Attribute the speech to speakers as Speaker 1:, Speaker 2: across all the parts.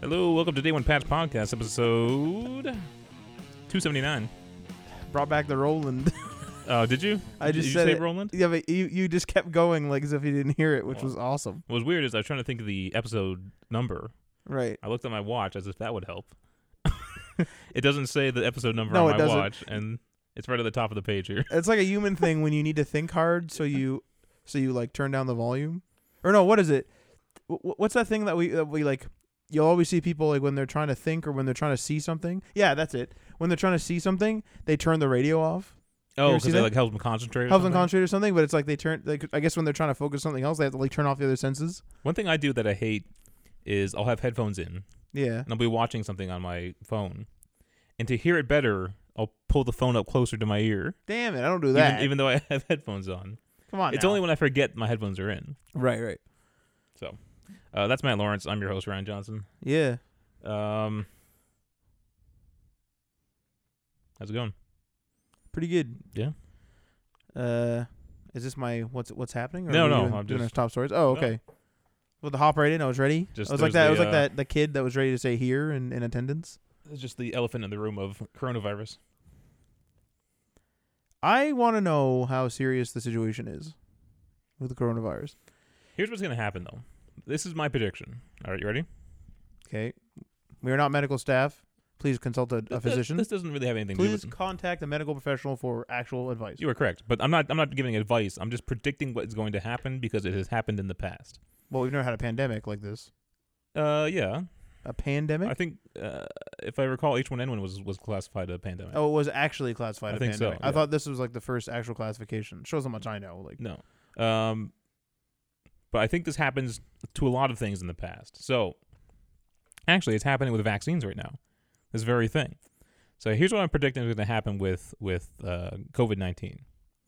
Speaker 1: Hello, welcome to Day One Patch Podcast, episode 279.
Speaker 2: Brought back the Roland.
Speaker 1: Uh, did you?
Speaker 2: I just
Speaker 1: did
Speaker 2: said
Speaker 1: you say
Speaker 2: it.
Speaker 1: Roland?
Speaker 2: yeah, but you you just kept going like as if you didn't hear it, which
Speaker 1: Wow.
Speaker 2: was awesome.
Speaker 1: What was weird is I was trying to think of the episode number.
Speaker 2: Right.
Speaker 1: I looked at my watch as if that would help. it doesn't say the episode number
Speaker 2: No,
Speaker 1: on
Speaker 2: it
Speaker 1: my
Speaker 2: doesn't.
Speaker 1: watch, and it's right at the top of the page here.
Speaker 2: It's like a human thing when you need to think hard, so you so you like turn down the volume. Or no, what is it? Wh- wh- What's that thing that we that we like? You'll always see people like when they're trying to think or when they're trying to see something. Yeah, that's it. When they're trying to see something, they turn the radio off,
Speaker 1: Oh,
Speaker 2: ever
Speaker 1: because
Speaker 2: see
Speaker 1: it
Speaker 2: that?
Speaker 1: like helps them concentrate. or
Speaker 2: helps them
Speaker 1: something?
Speaker 2: concentrate or something. But it's like they turn. Like, I guess when they're trying to focus on something else, they have to like turn off the other senses.
Speaker 1: One thing I do that I hate is I'll have headphones in, and
Speaker 2: Yeah.
Speaker 1: I'll be watching something on my phone, and to hear it better, I'll pull the phone up closer to my ear,
Speaker 2: Damn it! I don't do that. Oh,
Speaker 1: even, even though I have headphones on.
Speaker 2: Come on.
Speaker 1: It's
Speaker 2: now.
Speaker 1: only when I forget my headphones are in.
Speaker 2: right. Right.
Speaker 1: So, uh, that's Matt Lawrence. I'm your host, Ryan Johnson.
Speaker 2: Yeah.
Speaker 1: Um, how's it going?
Speaker 2: Pretty good.
Speaker 1: Yeah.
Speaker 2: Uh, is this my what's what's happening?
Speaker 1: No,
Speaker 2: are we
Speaker 1: no,
Speaker 2: doing-
Speaker 1: I'm
Speaker 2: doing our
Speaker 1: just-
Speaker 2: top stories. Oh,
Speaker 1: no.
Speaker 2: okay. Well, the hop right in. I was ready.
Speaker 1: Just
Speaker 2: I was like that.
Speaker 1: there's the,
Speaker 2: I was
Speaker 1: uh,
Speaker 2: like that. The kid that was ready to say here in, in attendance.
Speaker 1: It's just the elephant in the room of coronavirus.
Speaker 2: I want to know how serious the situation is with the coronavirus.
Speaker 1: Here's what's gonna happen though. This is my prediction. All right, you ready?
Speaker 2: Okay, we are not medical staff. Please consult a, a
Speaker 1: This-
Speaker 2: physician.
Speaker 1: This doesn't really have anything to
Speaker 2: Please
Speaker 1: do with.
Speaker 2: contact a medical professional for actual advice.
Speaker 1: You were correct, but I'm not. I'm not giving advice. I'm just predicting what is going to happen because it has happened in the past.
Speaker 2: Well, we've never had a pandemic like this.
Speaker 1: Uh, yeah.
Speaker 2: A pandemic?
Speaker 1: I think uh, if I recall, H1N1 was was classified a pandemic.
Speaker 2: oh, it was actually classified
Speaker 1: I
Speaker 2: a
Speaker 1: think so,
Speaker 2: pandemic. I
Speaker 1: yeah. Mm.
Speaker 2: thought this was like the first actual classification. Shows how much I know. Like.
Speaker 1: No. Um, but I think this happens to a lot of things in the past. So actually, it's happening with vaccines right now. This very thing. So here's what I'm predicting is going to happen with with uh, COVID-19.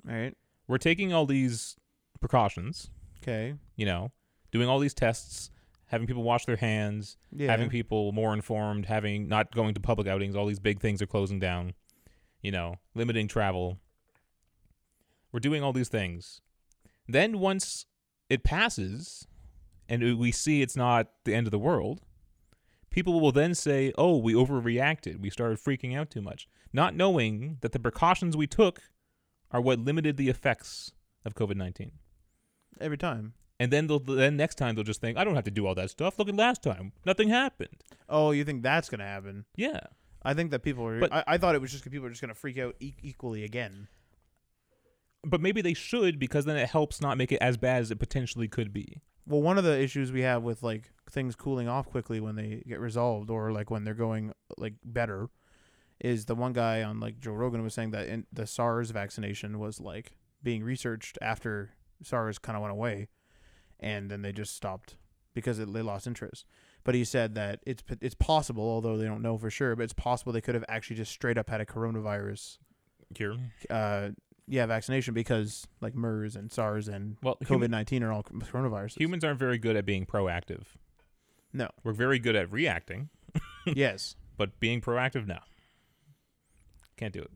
Speaker 2: All right.
Speaker 1: We're taking all these precautions,
Speaker 2: Okay.
Speaker 1: you know, doing all these tests, having people wash their hands,
Speaker 2: Yeah.
Speaker 1: having people more informed, having not going to public outings. All these big things are closing down, you know, limiting travel. We're doing all these things. Then once it passes and we see it's not the end of the world, people will then say, oh, we overreacted. We started freaking out too much, not knowing that the precautions we took are what limited the effects of COVID 19.
Speaker 2: Every time.
Speaker 1: And then they'll, then next time they'll just think, I don't have to do all that stuff. Look at last time. Nothing happened.
Speaker 2: Oh, you think that's gonna happen?
Speaker 1: Yeah.
Speaker 2: I think that people are.
Speaker 1: But-
Speaker 2: I, I thought it was just 'cause people are just gonna freak out e- equally again.
Speaker 1: but maybe they should because then it helps not make it as bad as it potentially could be.
Speaker 2: Well, one of the issues we have with like things cooling off quickly when they get resolved, or like when they're going like better, is the one guy on like Joe Rogan was saying that in, the SARS vaccination was like being researched after SARS kind of went away, and then they just stopped because it, they lost interest. But he said that it's p- it's possible, although they don't know for sure, but it's possible they could have actually just straight up had a coronavirus
Speaker 1: Cure.
Speaker 2: uh, yeah, vaccination because like MERS and SARS and
Speaker 1: Well,
Speaker 2: COVID
Speaker 1: human,
Speaker 2: nineteen are all c- coronaviruses.
Speaker 1: humans aren't very good at being proactive.
Speaker 2: No.
Speaker 1: We're very good at reacting,
Speaker 2: yes,
Speaker 1: but being proactive, no. Can't do it.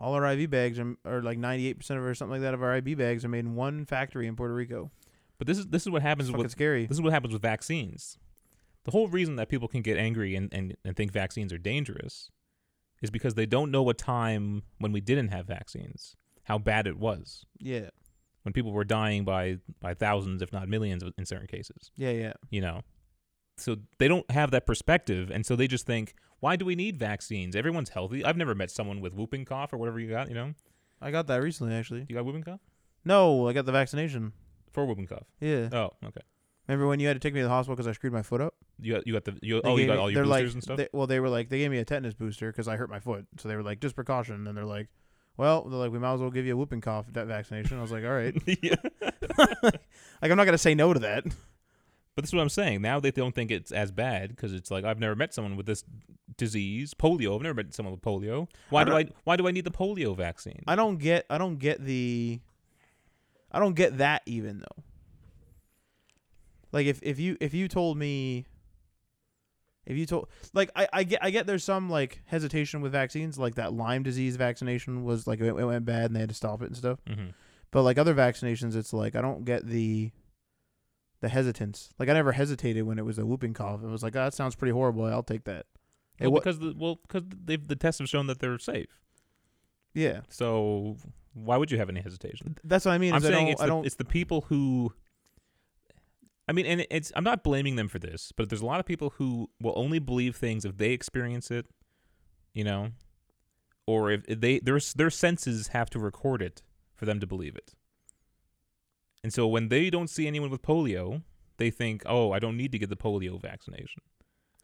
Speaker 2: all our IV bags are, are like ninety eight percent of or something like that of our IV bags are made in one factory in Puerto Rico.
Speaker 1: But this is this is what happens
Speaker 2: It's fucking
Speaker 1: with
Speaker 2: scary.
Speaker 1: this is what happens with vaccines. The whole reason that people can get angry and, and, and think vaccines are dangerous is because they don't know a time when we didn't have vaccines, how bad it was,
Speaker 2: Yeah,
Speaker 1: when people were dying by, by thousands, if not millions, in certain cases.
Speaker 2: yeah, yeah.
Speaker 1: you know so they don't have that perspective and so they just think why do we need vaccines everyone's healthy i've never met someone with whooping cough or whatever you got you know
Speaker 2: I got that recently actually.
Speaker 1: you got whooping cough
Speaker 2: No, I got the vaccination.
Speaker 1: for whooping cough
Speaker 2: Yeah,
Speaker 1: oh okay
Speaker 2: remember when you had to take me to the hospital because I screwed my foot up?
Speaker 1: you got you got the you,
Speaker 2: They
Speaker 1: oh you
Speaker 2: gave
Speaker 1: got
Speaker 2: me-
Speaker 1: all your
Speaker 2: they're
Speaker 1: boosters
Speaker 2: like,
Speaker 1: and stuff
Speaker 2: they- well, they were like, they gave me a tetanus booster because I hurt my foot. So they were like, just precaution. And they're like, well, they're like, we might as well give you a whooping cough da- vaccination. I was like, all right.
Speaker 1: yeah.
Speaker 2: Like, I'm not going to say no to that.
Speaker 1: but this is what i'm saying now they don't think it's as bad because it's like i've never met someone with this disease polio i've never met someone with polio why
Speaker 2: I
Speaker 1: do i
Speaker 2: don't-
Speaker 1: why do i need the polio vaccine
Speaker 2: I don't get, I don't get the, I don't get that even though. Like if, if you, if you told me, if you told, like, I, I get, I get there's some like hesitation with vaccines, like that Lyme disease vaccination was like, it, it went bad and they had to stop it and stuff.
Speaker 1: Mhm.
Speaker 2: But like other vaccinations, it's like I don't get the the hesitance. Like I never hesitated when it was a whooping cough. It was like, oh, that sounds pretty horrible. I'll take that. It
Speaker 1: Well,
Speaker 2: wa-
Speaker 1: because the, well, because they've the tests have shown that they're safe.
Speaker 2: yeah,
Speaker 1: So why would you have any hesitation?
Speaker 2: Th- that's what I mean.
Speaker 1: I'm
Speaker 2: is I
Speaker 1: saying
Speaker 2: don't-
Speaker 1: it's
Speaker 2: I
Speaker 1: the,
Speaker 2: don't.
Speaker 1: it's the people who. I mean, and it's I'm not blaming them for this, but there's a lot of people who will only believe things if they experience it, you know, or if they their their senses have to record it for them to believe it. And so when they don't see anyone with polio, they think, "Oh, I don't need to get the polio vaccination,"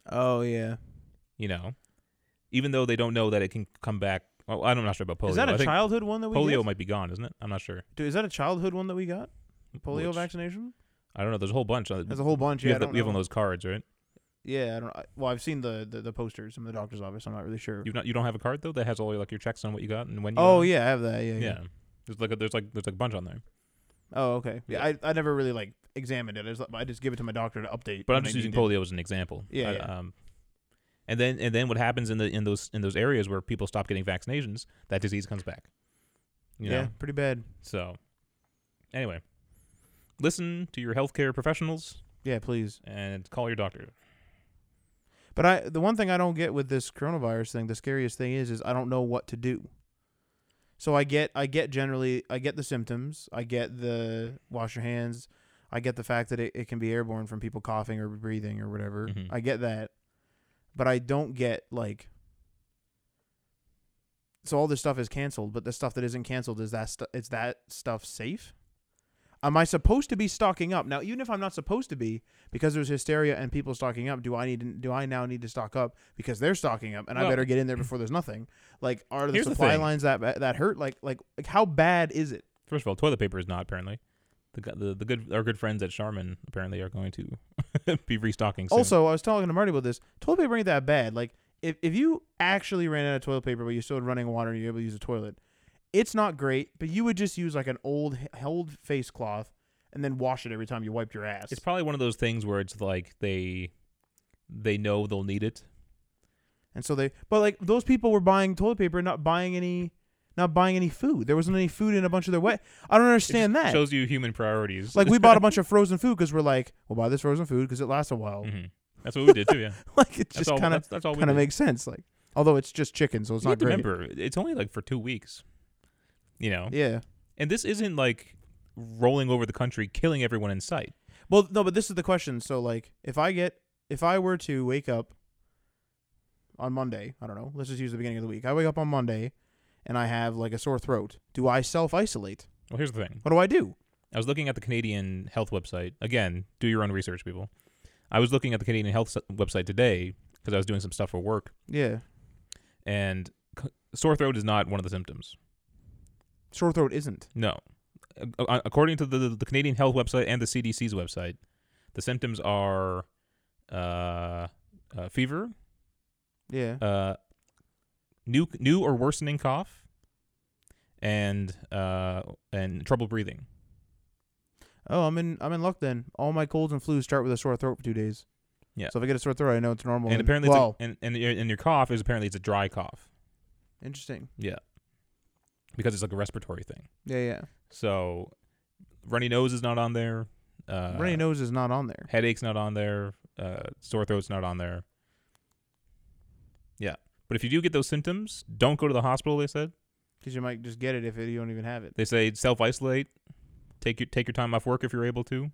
Speaker 2: oh yeah.
Speaker 1: you know, even though they don't know that it can come back. Well, I'm not sure about polio.
Speaker 2: Is that
Speaker 1: I
Speaker 2: a
Speaker 1: think
Speaker 2: childhood one that we
Speaker 1: polio
Speaker 2: Got?
Speaker 1: might be gone, isn't it? I'm not sure.
Speaker 2: Dude, is that a childhood one that we got? Polio
Speaker 1: Which-
Speaker 2: vaccination?
Speaker 1: I don't know. There's a whole bunch.
Speaker 2: There's a whole bunch.
Speaker 1: You
Speaker 2: Yeah, I
Speaker 1: have, the,
Speaker 2: don't
Speaker 1: you have one
Speaker 2: know.
Speaker 1: of those cards, right?
Speaker 2: Yeah, I don't. I, well, I've seen the, the the posters in the doctor's office. I'm not really sure.
Speaker 1: You not you don't have a card though that has all your like your checks on what you got and when. You
Speaker 2: oh
Speaker 1: got it?
Speaker 2: yeah, I have that. Yeah.
Speaker 1: yeah. There's like a, there's like there's like a bunch on there.
Speaker 2: Oh okay. Yeah, I, I never really like examined it. I just, I just give it to my doctor to update.
Speaker 1: But
Speaker 2: when
Speaker 1: I'm
Speaker 2: I
Speaker 1: just using
Speaker 2: need it.
Speaker 1: polio as an example.
Speaker 2: Yeah,
Speaker 1: I-
Speaker 2: yeah.
Speaker 1: Um, and then and then what happens in the in those in those areas where people stop getting vaccinations, that disease comes back. You
Speaker 2: Yeah,
Speaker 1: know?
Speaker 2: pretty bad.
Speaker 1: So anyway, listen to your healthcare professionals
Speaker 2: Yeah, please.
Speaker 1: and call your doctor.
Speaker 2: But I the one thing I don't get with this coronavirus thing, the scariest thing is is I don't know what to do. So I get I get generally I get the symptoms, I get the wash your hands, I get the fact that it, it can be airborne from people coughing or breathing or whatever.
Speaker 1: Mhm.
Speaker 2: I get that. But I don't get like so all this stuff is canceled, but the stuff that isn't canceled is that stu- is that stuff safe? Am I supposed to be stocking up now? Even if I'm not supposed to be, because there's hysteria and people stocking up, do I need to, do I now need to stock up because they're stocking up and I
Speaker 1: Well-
Speaker 2: better get in there before there's nothing? Like, are the
Speaker 1: Here's the
Speaker 2: supply
Speaker 1: thing.
Speaker 2: lines that ba- that hurt? Like, like, like how bad is it?
Speaker 1: First of all, toilet paper is not apparently. The, gu- the, the good our good friends at Charmin apparently are going to be restocking. Soon.
Speaker 2: Also, I was talking to Marty about this. Toilet paper ain't that bad. Like, if if you actually ran out of toilet paper, but you still had running water and you're able to use a toilet, it's not great. But you would just use like an old old face cloth and then wash it every time you wiped your ass.
Speaker 1: It's probably one of those things where it's like they they know they'll need it.
Speaker 2: And so they, but like those people were buying toilet paper, not buying any, not buying any food. There wasn't any food in a bunch of their wet. I don't
Speaker 1: It
Speaker 2: understand
Speaker 1: just
Speaker 2: that.
Speaker 1: shows you human priorities.
Speaker 2: like we bought a bunch of frozen food because we're like, we'll buy this frozen food because it lasts a while.
Speaker 1: hmm That's what we did too. Yeah,
Speaker 2: Like it
Speaker 1: that's
Speaker 2: just
Speaker 1: all.
Speaker 2: kind of
Speaker 1: that's, that's all we
Speaker 2: kind of
Speaker 1: did.
Speaker 2: makes sense. Like although it's just chicken, so it's
Speaker 1: You
Speaker 2: not
Speaker 1: have to
Speaker 2: great.
Speaker 1: remember, it's only like for two weeks, you know.
Speaker 2: Yeah.
Speaker 1: And this isn't like rolling over the country, killing everyone in sight.
Speaker 2: Well, no, but this is the question. So like, if I get, if I were to wake up on Monday, I don't know. Let's just use the beginning of the week. I wake up on Monday, and I have like a sore throat. Do I self isolate?
Speaker 1: Well, here's the thing.
Speaker 2: What do I do?
Speaker 1: I was looking at the Canadian health website again. Do your own research, people. I was looking at the Canadian health s- website today because I was doing some stuff for work,
Speaker 2: Yeah.
Speaker 1: and c- sore throat is not one of the symptoms.
Speaker 2: Sore throat isn't.
Speaker 1: No. A- a- According to the, the Canadian Health website and the CDC's website, the symptoms are uh, uh, fever,
Speaker 2: Yeah.
Speaker 1: uh, new new or worsening cough, and uh, and trouble breathing.
Speaker 2: Oh, I'm in I'm in luck then. All my colds and flus start with a sore throat for two days.
Speaker 1: Yeah.
Speaker 2: So if I get a sore throat, I know it's normal.
Speaker 1: and apparently, it's a-
Speaker 2: well,
Speaker 1: and, and your- and your cough is apparently it's a dry cough
Speaker 2: interesting.
Speaker 1: because it's like a respiratory thing.
Speaker 2: Yeah, yeah.
Speaker 1: So, runny nose is not on there. Uh,
Speaker 2: Runny nose is not on there.
Speaker 1: headaches not on there uh, sore throats not on there yeah but if you do get those symptoms don't go to the hospital they said
Speaker 2: Because you might just get it if you don't even have it.
Speaker 1: they say self-isolate take your take your time off work if you're able to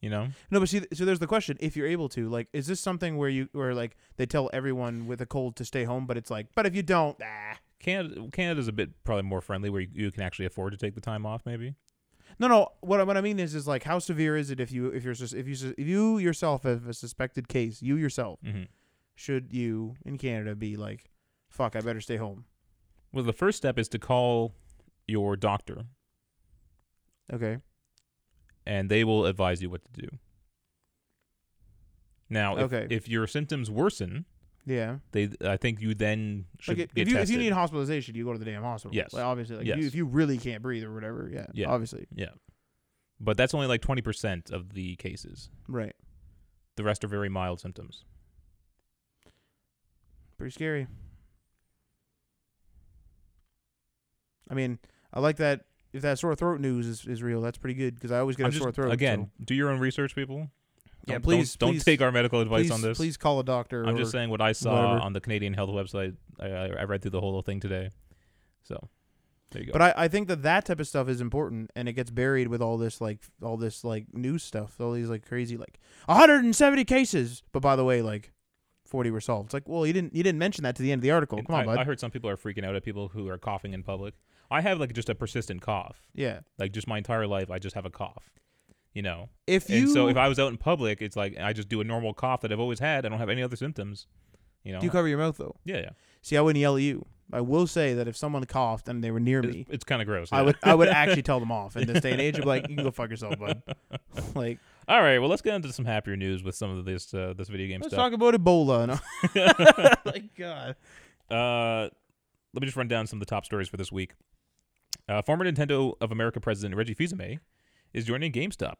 Speaker 1: you know
Speaker 2: No, but see, th- so there's the question: if you're able to, like, is this something where you where like they tell everyone with a cold to stay home, but it's like, but if you don't, ah.
Speaker 1: canada canada's a bit probably more friendly where you, you can actually afford to take the time off maybe
Speaker 2: No, no. What I, what I mean is, is like, how severe is it if you if you're sus- if you sus- if you yourself have a suspected case, you yourself
Speaker 1: mm-hmm.
Speaker 2: should you in Canada be like, fuck, I better stay home.
Speaker 1: well the first step is to call your doctor
Speaker 2: Okay.
Speaker 1: and they will advise you what to do now Oh, if,
Speaker 2: Okay.
Speaker 1: if your symptoms worsen
Speaker 2: Yeah.
Speaker 1: they i think you then should
Speaker 2: Like if,
Speaker 1: get
Speaker 2: if you, if
Speaker 1: tested.
Speaker 2: you need hospitalization, you go to the damn hospital.
Speaker 1: Yes.
Speaker 2: Like, obviously, like if
Speaker 1: Yes.
Speaker 2: you, if you really can't breathe or whatever, yeah.
Speaker 1: Yeah.
Speaker 2: Obviously.
Speaker 1: but that's only like 20% of the cases.
Speaker 2: Right.
Speaker 1: The rest are very mild symptoms.
Speaker 2: Pretty scary. I mean, I like that if that sore throat news is, is real, that's pretty good because I always get
Speaker 1: I'm
Speaker 2: a
Speaker 1: just-
Speaker 2: sore throat.
Speaker 1: again,
Speaker 2: so
Speaker 1: do your own research, people.
Speaker 2: Yeah,
Speaker 1: Don't-
Speaker 2: please-
Speaker 1: don't,
Speaker 2: please-
Speaker 1: don't take our medical advice
Speaker 2: please,
Speaker 1: on this.
Speaker 2: please call a doctor.
Speaker 1: I'm
Speaker 2: or,
Speaker 1: just saying what I saw
Speaker 2: whatever.
Speaker 1: on the Canadian Health website. I, I, I read through the whole thing today, so there you go.
Speaker 2: But I, I think that that type of stuff is important, and it gets buried with all this like all this like news stuff, all these like crazy like 170 cases. But by the way, like 40 were solved. It's like, well, you didn't you didn't mention that to the end of the article.
Speaker 1: And
Speaker 2: uh, Come on,
Speaker 1: I,
Speaker 2: bud.
Speaker 1: I heard some people are freaking out at people who are coughing in public. I have like just a persistent cough.
Speaker 2: yeah.
Speaker 1: Like just my entire life, I just have a cough. You know,
Speaker 2: If you
Speaker 1: and so if I was out in public, it's like I just do a normal cough that I've always had. I don't have any other symptoms. You know,
Speaker 2: do you cover your mouth though,
Speaker 1: yeah, yeah.
Speaker 2: see, I wouldn't yell at you. I will say that if someone coughed and they were near me,
Speaker 1: It's, it's kind of gross.
Speaker 2: I
Speaker 1: yeah.
Speaker 2: would I would actually tell them off in this day and age. I'd be like, you can go fuck yourself, bud. like,
Speaker 1: All right, well, let's get into some happier news with some of this uh, this video game
Speaker 2: let's talk
Speaker 1: stuff.
Speaker 2: about Ebola. And like, God.
Speaker 1: Uh, let me just run down some of the top stories for this week. Uh, former Nintendo of America president Reggie Fils-Aimé is joining GameStop.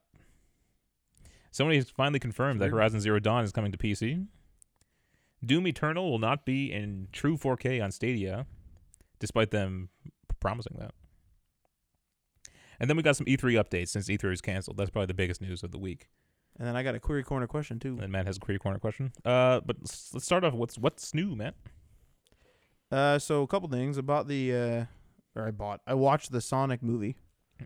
Speaker 1: Somebody has finally confirmed that
Speaker 2: Weird.
Speaker 1: Horizon Zero Dawn is coming to PC. Doom Eternal will not be in true 4K on Stadia, despite them promising that. And then we got some E3 updates since E3 was canceled. That's probably the biggest news of the week.
Speaker 2: And then I got a query corner question too.
Speaker 1: And Matt has a creative corner question. Uh, but let's, let's start off. with What's what's new, Matt?
Speaker 2: Uh, so a couple things about the uh, or I bought. I watched the Sonic movie.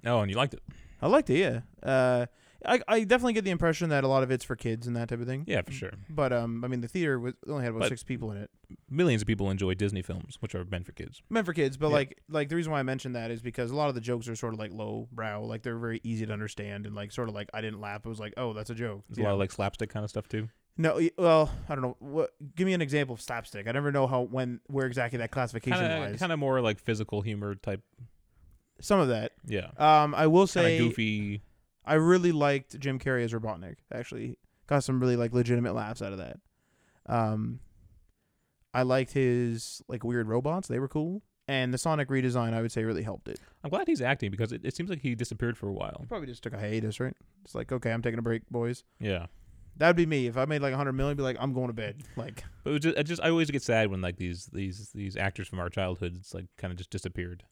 Speaker 1: Oh, and you liked it.
Speaker 2: I liked it. Yeah. Uh, I I definitely get the impression that a lot of it's for kids and that type of thing.
Speaker 1: Yeah, for sure.
Speaker 2: But um, I mean, the theater was only had about
Speaker 1: But-
Speaker 2: six people in it.
Speaker 1: Mm-hmm. millions of people enjoy Disney films, which are meant for kids.
Speaker 2: meant for kids, but
Speaker 1: Yeah.
Speaker 2: like like the reason why I mentioned that is because a lot of the jokes are sort of like low brow, like they're very easy to understand, and like sort of like I didn't laugh. It was like, oh, that's a joke.
Speaker 1: There's
Speaker 2: you
Speaker 1: a lot
Speaker 2: know?
Speaker 1: of like slapstick kind of stuff too.
Speaker 2: No, y- well, I don't know. What? Give me an example of slapstick. I never know how, when, where exactly that classification lies.
Speaker 1: Kind of more like physical humor type.
Speaker 2: Some of that.
Speaker 1: Yeah,
Speaker 2: Um, I will
Speaker 1: kind
Speaker 2: say,
Speaker 1: of goofy.
Speaker 2: I really liked Jim Carrey as Robotnik. Actually, got some really like legitimate laughs out of that. Um, I liked his like weird robots. They were cool, and the Sonic redesign I would say really helped it.
Speaker 1: I'm glad he's acting because it, it seems like he disappeared for a while.
Speaker 2: Probably just took a hiatus, right? It's like, okay, I'm taking a break, boys.
Speaker 1: Yeah,
Speaker 2: That'd be me if I made like 100 million. Be like, I'm going to bed. Like,
Speaker 1: but it was just, I just I always get sad when like these these these actors from our childhood it's like kind of just disappeared.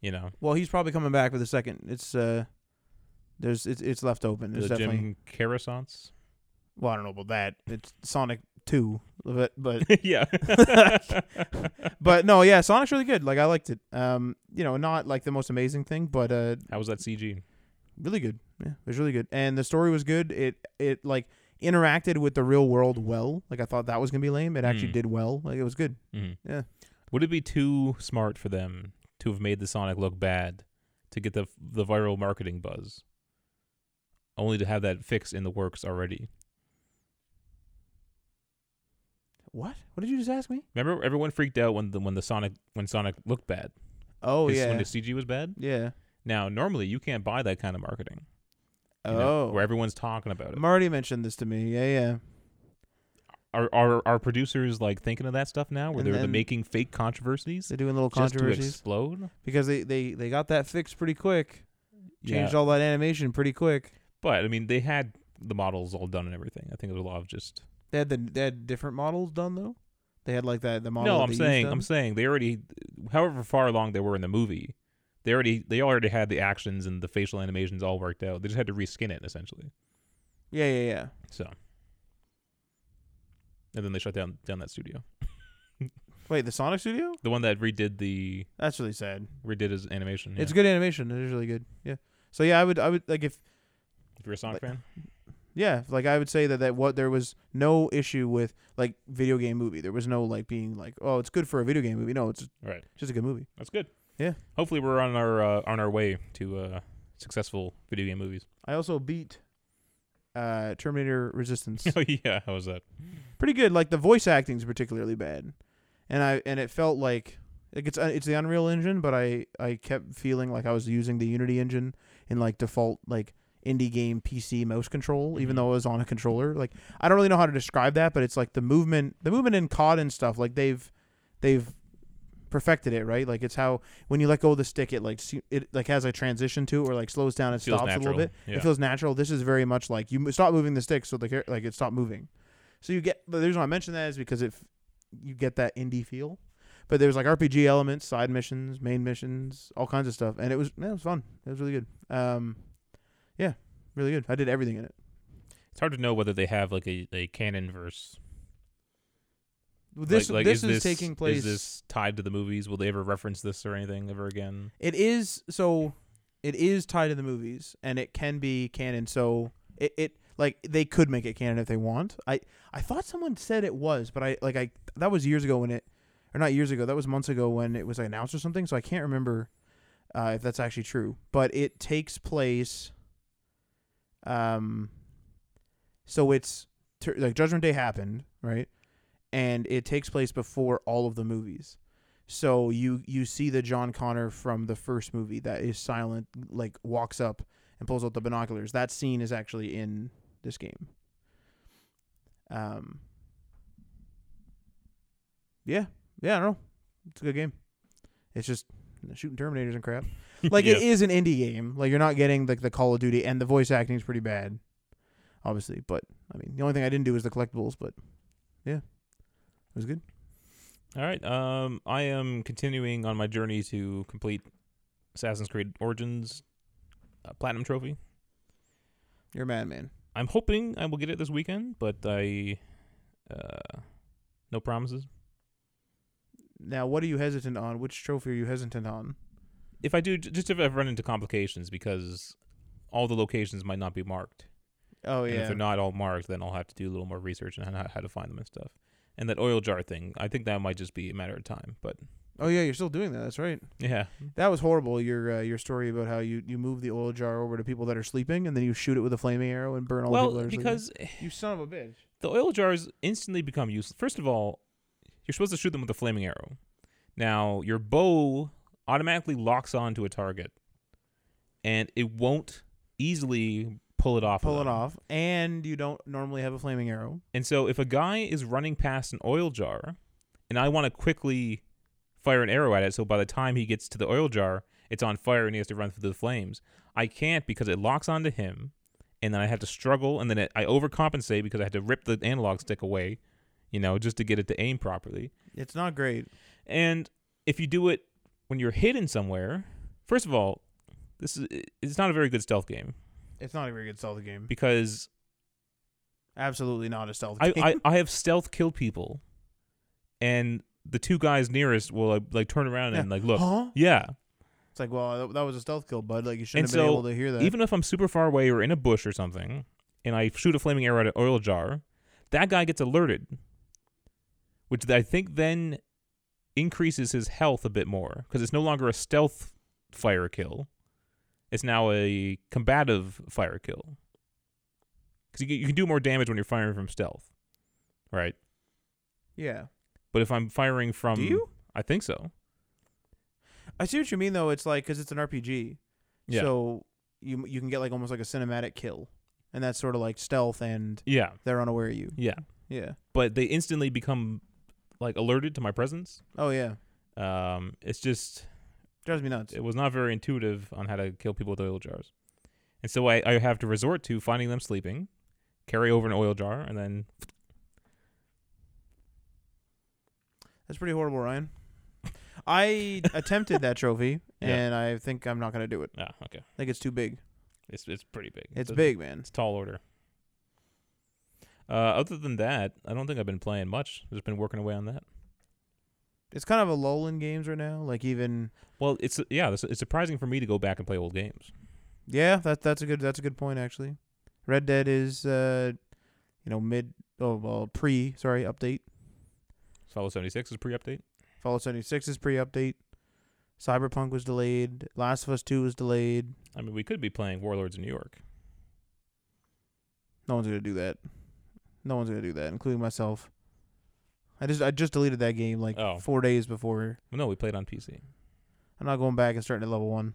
Speaker 1: You know,
Speaker 2: well, he's probably coming back with a second. It's uh, there's it's it's left open. There's
Speaker 1: the
Speaker 2: definitely.
Speaker 1: Jim Carressance.
Speaker 2: Well, I don't know about that. It's Sonic Two, but but
Speaker 1: yeah,
Speaker 2: but no, yeah, Sonic's really good. Like I liked it. Um, you know, not like the most amazing thing, but uh,
Speaker 1: how was that CG?
Speaker 2: really good. Yeah, it was really good, and the story was good. It it like interacted with the real world well. Like I thought that was gonna be lame. It actually
Speaker 1: Hmm.
Speaker 2: did well. Like it was good.
Speaker 1: Mhm.
Speaker 2: Yeah.
Speaker 1: Would it be too smart for them to have made the Sonic look bad to get the the viral marketing buzz, only to have that fix in the works already?
Speaker 2: What? What did you just ask me?
Speaker 1: Remember, everyone freaked out when the when the Sonic when Sonic looked bad.
Speaker 2: Oh
Speaker 1: 'Cause
Speaker 2: yeah,
Speaker 1: when the CG was bad.
Speaker 2: yeah.
Speaker 1: Now, normally you can't buy that kind of marketing. you know,
Speaker 2: Oh,
Speaker 1: where everyone's talking about it.
Speaker 2: Marty mentioned this to me. Yeah, yeah.
Speaker 1: are, are are producers like thinking of that stuff now, where
Speaker 2: And
Speaker 1: they're they're
Speaker 2: then-
Speaker 1: making fake controversies,
Speaker 2: They're doing little
Speaker 1: just to
Speaker 2: controversies
Speaker 1: explode?
Speaker 2: because they they they got that fixed pretty quick. Changed all that animation pretty quick.
Speaker 1: but I mean, they had the models all done and everything. I think it was a lot of just
Speaker 2: They had the they had different models done though. They had like that the model.
Speaker 1: no.
Speaker 2: that
Speaker 1: I'm
Speaker 2: they used
Speaker 1: saying
Speaker 2: done.
Speaker 1: I'm saying they already, however far along they were in the movie, they already they already had the actions and the facial animations all worked out. They just had to reskin it essentially.
Speaker 2: yeah, yeah, yeah.
Speaker 1: So, and then they shut down down that studio,
Speaker 2: Wait, the Sonic Studio?
Speaker 1: the one that redid the
Speaker 2: That's really sad.
Speaker 1: redid his animation.
Speaker 2: It's
Speaker 1: yeah.
Speaker 2: good animation. It is really good. Yeah. So yeah, I would I would like if
Speaker 1: if you're a Sonic fan,
Speaker 2: yeah like I would say that that what there was no issue with like video game movie. There was no like being like oh it's good for a video game movie. No, it's
Speaker 1: right?
Speaker 2: just a good movie.
Speaker 1: That's good.
Speaker 2: Yeah.
Speaker 1: Hopefully, we're on our uh, on our way to uh, successful video game movies.
Speaker 2: I also beat uh Terminator Resistance.
Speaker 1: oh yeah, how was that?
Speaker 2: pretty good. Like the voice acting's particularly bad, and I and it felt like like it's it's the Unreal Engine, but I I kept feeling like I was using the Unity engine in like default like indie game PC mouse control, even
Speaker 1: Mhm.
Speaker 2: though it was on a controller. Like I don't really know how to describe that, but it's like the movement, the movement in COD and stuff. Like they've they've perfected it, right? Like it's how when you let go of the stick, it like se- it like has a transition to it, or like slows down and
Speaker 1: Feels
Speaker 2: stops a
Speaker 1: natural,
Speaker 2: little bit.
Speaker 1: yeah.
Speaker 2: It feels natural. This is very much like you mo- stop moving the stick, so the char- like it stopped moving. So you get the reason why I mention that is because if you get that indie feel, But there was like RPG elements, side missions, main missions, all kinds of stuff, and it was man, it was fun. It was really good. Um, yeah, really good. I did everything in it.
Speaker 1: It's hard to know whether they have like a, a canon verse.
Speaker 2: This
Speaker 1: like, like,
Speaker 2: this
Speaker 1: is,
Speaker 2: is, taking place.
Speaker 1: Is this tied to the movies? Will they ever reference this or anything ever again?
Speaker 2: It is so it is tied to the movies and it can be canon. So it, it like they could make it canon if they want. I I thought someone said it was, but I like I that was years ago when it or not years ago, that was months ago when it was announced or something, so I can't remember uh, if that's actually true. But it takes place um so it's ter- like Judgment Day happened, right? And it takes place before all of the movies. So you you see the John Connor from the first movie that is silent, like walks up and pulls out the binoculars. That scene is actually in this game. Um. Yeah, yeah, I don't know. It's a good game. It's just shooting Terminators and crap. Like it is an indie game. Like you're not getting like the Call of Duty, and the voice acting is pretty bad, obviously. But I mean, the only thing I didn't do was the collectibles. But yeah, it was good.
Speaker 1: All right. Um, I am continuing on my journey to complete Assassin's Creed Origins uh, Platinum Trophy.
Speaker 2: You're a madman.
Speaker 1: I'm hoping I will get it this weekend, but I uh, no promises.
Speaker 2: Now, what are you hesitant on? Which trophy are you hesitant on?
Speaker 1: If I do, j- just if I've run into complications because all the locations might not be marked.
Speaker 2: Oh
Speaker 1: And if they're not all marked, then I'll have to do a little more research on how, how to find them and stuff. And that oil jar thing, I think that might just be a matter of time. But
Speaker 2: oh yeah, you're still doing that. That's right.
Speaker 1: yeah,
Speaker 2: That was horrible. Your uh, your story about how you you move the oil jar over to people that are sleeping, and then you shoot it with a flaming arrow and burn all the people
Speaker 1: well,
Speaker 2: that are
Speaker 1: because
Speaker 2: sleeping. you son of a bitch.
Speaker 1: the oil jars instantly become useless. First of all, you're supposed to shoot them with a flaming arrow. Now, your bow automatically locks onto a target, and it won't easily pull it off. of
Speaker 2: Pull it
Speaker 1: them.
Speaker 2: off, and you don't normally have a flaming arrow.
Speaker 1: And so, if a guy is running past an oil jar, and I want to quickly fire an arrow at it, so by the time he gets to the oil jar, it's on fire and he has to run through the flames. I can't because it locks onto him, and then I have to struggle, and then it, I overcompensate because I had to rip the analog stick away, you know, just to get it to aim properly.
Speaker 2: It's not great.
Speaker 1: And if you do it when you're hidden somewhere, first of all, this is it's not a very good stealth game
Speaker 2: It's not a very good stealth game.
Speaker 1: because
Speaker 2: Absolutely not a stealth
Speaker 1: I,
Speaker 2: game.
Speaker 1: I, I have stealth killed people, and the two guys nearest will like, like turn around and like look,
Speaker 2: huh?
Speaker 1: yeah.
Speaker 2: It's like, well, that, that was a stealth kill, bud. Like you shouldn't
Speaker 1: And
Speaker 2: have been
Speaker 1: so,
Speaker 2: able to hear that.
Speaker 1: Even if I'm super far away or in a bush or something, and I shoot a flaming arrow at an oil jar, that guy gets alerted, which I think then increases his health a bit more because it's no longer a stealth fire kill; it's now a combative fire kill. Because you, can- you can do more damage when you're firing from stealth, right?
Speaker 2: yeah.
Speaker 1: But if I'm firing from,
Speaker 2: Do you?
Speaker 1: I think so.
Speaker 2: I see what you mean though. It's like because it's an RPG,
Speaker 1: Yeah.
Speaker 2: so you you can get like almost like a cinematic kill, and that's sort of like stealth, and
Speaker 1: Yeah,
Speaker 2: they're unaware of you.
Speaker 1: yeah.
Speaker 2: Yeah.
Speaker 1: But they instantly become like alerted to my presence.
Speaker 2: Oh yeah.
Speaker 1: Um, it's just
Speaker 2: Drives me nuts.
Speaker 1: it was not very intuitive on how to kill people with oil jars. And so I, I have to resort to finding them sleeping, carry over an oil jar, and then
Speaker 2: That's pretty horrible, Ryan. I attempted that trophy,
Speaker 1: Yeah.
Speaker 2: and I think I'm not gonna do it.
Speaker 1: ah, okay,
Speaker 2: I think it's too big.
Speaker 1: it's it's pretty big.
Speaker 2: It's
Speaker 1: a-
Speaker 2: big, man.
Speaker 1: It's a tall order. Uh, other than that, I don't think I've been playing much. Just been working away on that.
Speaker 2: It's kind of a lull in games right now. Like even
Speaker 1: Well, it's yeah, it's, it's surprising for me to go back and play old games.
Speaker 2: yeah, that that's a good that's a good point actually. Red Dead is uh, you know mid oh well pre sorry update.
Speaker 1: Fallout 76 is pre-update.
Speaker 2: Fallout 76 is pre-update. Cyberpunk was delayed. Last of Us 2 was delayed.
Speaker 1: I mean, we could be playing Warlords of New York.
Speaker 2: No one's gonna do that. No one's gonna do that, including myself. I just I just deleted that game like
Speaker 1: Oh.
Speaker 2: four days before.
Speaker 1: Well, no, we played on PC.
Speaker 2: I'm not going back and starting at level one.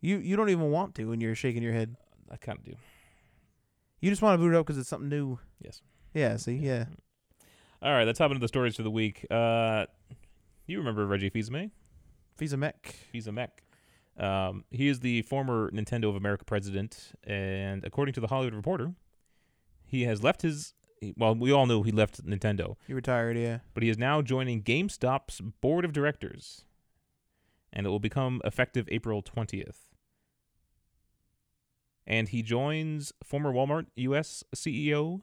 Speaker 2: You you don't even want to, and you're shaking your head.
Speaker 1: I kind of do.
Speaker 2: You just want to boot it up because it's something new.
Speaker 1: Yes.
Speaker 2: Yeah. See. Yeah.
Speaker 1: All right, let's hop into the stories for the week. Uh, you remember Reggie Fils-Aimé?
Speaker 2: Visa Mech.
Speaker 1: He's a mech. Um, he is the former Nintendo of America president, and according to the Hollywood Reporter, he has left his he, well, we all knew he left Nintendo,
Speaker 2: He retired, yeah.
Speaker 1: but he is now joining GameStop's board of directors, and it will become effective April 20th. And he joins former Walmart U.S. CEO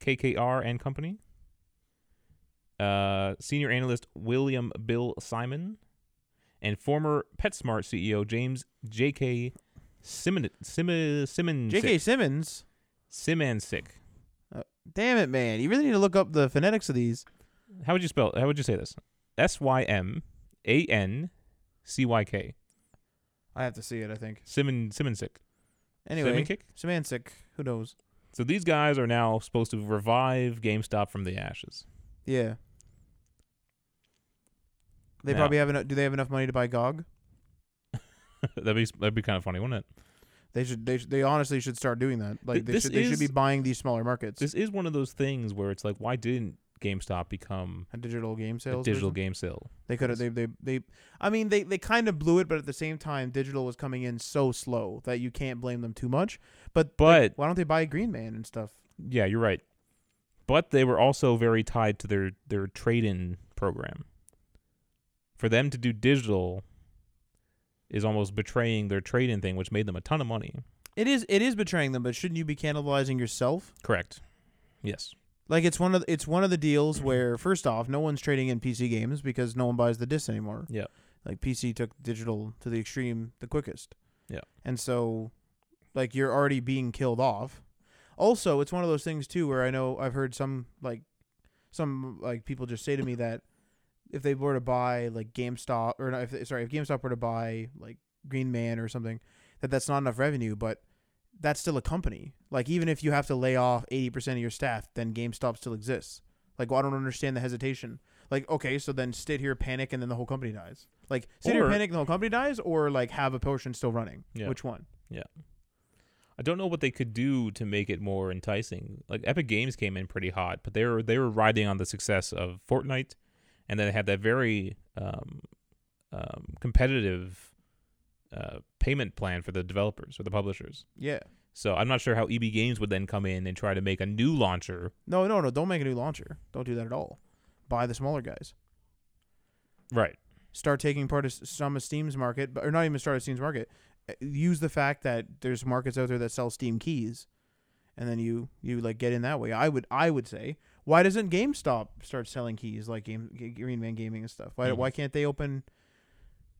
Speaker 1: KKR and Company, uh, senior analyst William Bill Simon, and former PetSmart CEO James J.K. Simon Simon Simon
Speaker 2: J.K. Simmons.
Speaker 1: Simansic.
Speaker 2: Damn it, man! You really need to look up the phonetics of these.
Speaker 1: How would you spell? How would you say this? S Y M A N C Y K.
Speaker 2: I have to see it. I think.
Speaker 1: Simon Simonsick.
Speaker 2: Anyway,
Speaker 1: Simonkick?
Speaker 2: semantic. Who knows?
Speaker 1: So these guys are now supposed to revive GameStop from the ashes.
Speaker 2: Yeah. They
Speaker 1: Yeah.
Speaker 2: probably have enough. Do they have enough money to buy GOG?
Speaker 1: that'd be that'd be kind of funny, wouldn't it?
Speaker 2: They should. They should, they honestly should start doing that. Like they
Speaker 1: this
Speaker 2: should. They should be
Speaker 1: is-
Speaker 2: buying these smaller markets.
Speaker 1: This is one of those things where it's like, why didn't GameStop become
Speaker 2: a digital game
Speaker 1: a
Speaker 2: sales.
Speaker 1: digital
Speaker 2: business?
Speaker 1: game sale?
Speaker 2: They could have. They, they. They. I mean, they. They kind of blew it, but at the same time, digital was coming in so slow that you can't blame them too much. But like,
Speaker 1: But-
Speaker 2: why don't they buy Green Man and stuff?
Speaker 1: Yeah, you're right. But they were also very tied to their their trade-in program. For them to do digital is almost betraying their trade-in thing, which made them a ton of money.
Speaker 2: It is. It is betraying them. But shouldn't you be cannibalizing yourself?
Speaker 1: Correct. Yes.
Speaker 2: Like it's one of the- it's one of the deals where first off, no one's trading in PC games because no one buys the disc anymore.
Speaker 1: Yep.
Speaker 2: Like PC took digital to the extreme the quickest.
Speaker 1: Yeah.
Speaker 2: And so like you're already being killed off. Also, it's one of those things too where I know I've heard some like some like people just say to me that if they were to buy like GameStop or not, if sorry, if GameStop were to buy like Green Man or something, that that's not enough revenue, but that's still a company. Like even if you have to lay off eighty percent of your staff, then GameStop still exists. Like well, I don't understand the hesitation. Like okay, so then sit here, panic, and then the whole company dies. Like sit here,
Speaker 1: Or-
Speaker 2: panic, and the whole company dies, or like have a portion still running.
Speaker 1: Yeah.
Speaker 2: Which one?
Speaker 1: I don't know what they could do to make it more enticing. Like Epic Games came in pretty hot, but they were they were riding on the success of Fortnite, and then they had that very um, um, competitive uh, payment plan for the developers or the publishers.
Speaker 2: Yeah.
Speaker 1: So I'm not sure how EB Games would then come in and try to make a new launcher.
Speaker 2: No, no, no. Don't make a new launcher. Don't do that at all. Buy the smaller guys.
Speaker 1: Right.
Speaker 2: Start taking part of s- some of Steam's market, but or not even start at Steam's market. Uh, Use the fact that there's markets out there that sell Steam keys, and then you you like get in that way. I would I would say why doesn't GameStop start selling keys like Game G- Green Man Gaming and stuff? Why
Speaker 1: Mhm.
Speaker 2: why can't they open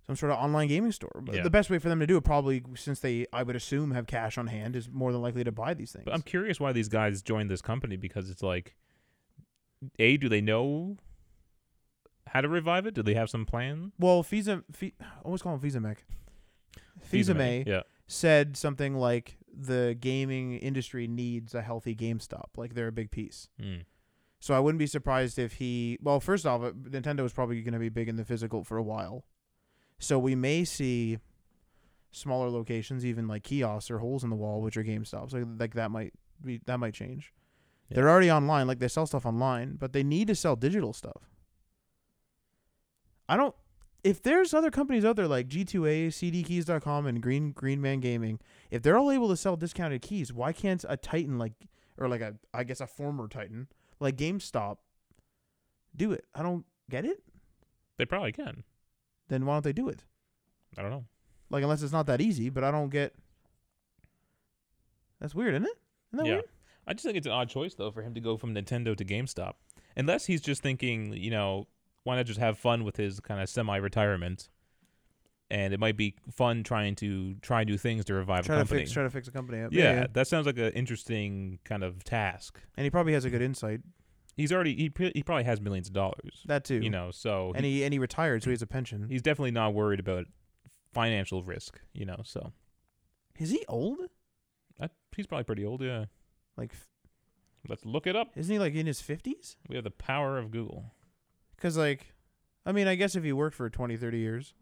Speaker 2: some sort of online gaming store? But
Speaker 1: Yeah.
Speaker 2: The best way for them to do it probably since they I would assume have cash on hand is more than likely to buy these things.
Speaker 1: But I'm curious why these guys joined this company because it's like, a do they know how to revive it? Do they have some plan?
Speaker 2: well, Visa, Fe- I always call him Visa Mech. Visa May.
Speaker 1: Yeah.
Speaker 2: said something like the gaming industry needs a healthy GameStop, like they're a big piece.
Speaker 1: Mm.
Speaker 2: So I wouldn't be surprised if he. Well, first off, uh, Nintendo is probably going to be big in the physical for a while, so we may see smaller locations, even like kiosks or holes in the wall, which are GameStops. Like like that might be that might change.
Speaker 1: Yeah.
Speaker 2: They're already online, like they sell stuff online, but they need to sell digital stuff. I don't. If there's other companies out there like G2A, CDKeys.com, and Green Green Man Gaming, if they're all able to sell discounted keys, why can't a Titan like or like a I guess a former Titan like GameStop do it? I don't get it.
Speaker 1: They probably can.
Speaker 2: Then why don't they do it?
Speaker 1: I don't know.
Speaker 2: Like unless it's not that easy, but I don't get. That's weird, isn't it? Isn't that
Speaker 1: yeah.
Speaker 2: weird?
Speaker 1: I just think it's an odd choice though for him to go from Nintendo to GameStop. Unless he's just thinking, you know, why not just have fun with his kind of semi-retirement? And it might be fun trying to try new things to revive
Speaker 2: Try
Speaker 1: a
Speaker 2: to
Speaker 1: company.
Speaker 2: fix try to fix a company up.
Speaker 1: yeah, that sounds like an interesting kind of task.
Speaker 2: and he probably has a good insight
Speaker 1: He's already he pr- he probably has millions of dollars,
Speaker 2: that too.
Speaker 1: you know. So
Speaker 2: and
Speaker 1: he,
Speaker 2: he and he retired, so he has a pension.
Speaker 1: he's definitely not worried about financial risk, you know. So
Speaker 2: Is he old?
Speaker 1: that, he's probably pretty old. Yeah,
Speaker 2: Like, f-
Speaker 1: let's look it up.
Speaker 2: isn't he like in his fifties?
Speaker 1: We have the power of Google.
Speaker 2: Because like, I mean, I guess if he worked for 20, 30 years,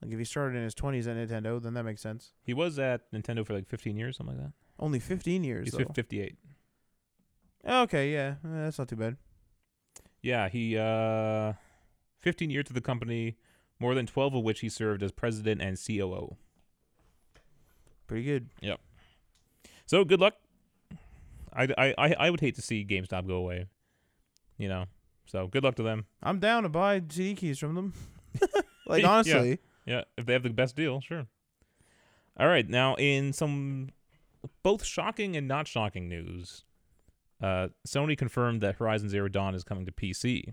Speaker 2: like if he started in his twenties at Nintendo, then that makes sense.
Speaker 1: He was at Nintendo for like 15 years, something like that.
Speaker 2: Only fifteen years.
Speaker 1: He's
Speaker 2: though.
Speaker 1: 58.
Speaker 2: Okay, yeah, eh, that's not too bad.
Speaker 1: Yeah, he uh 15 years to the company, more than 12 of which he served as president and COO.
Speaker 2: Pretty good.
Speaker 1: So good luck. I, I, I, I would hate to see GameStop go away. You know, so good luck to them.
Speaker 2: I'm down to buy CD keys from them. like
Speaker 1: Yeah.
Speaker 2: honestly,
Speaker 1: Yeah, if they have the best deal, sure. All right, now in some both shocking and not shocking news, uh, Sony confirmed that Horizon Zero Dawn is coming to PC.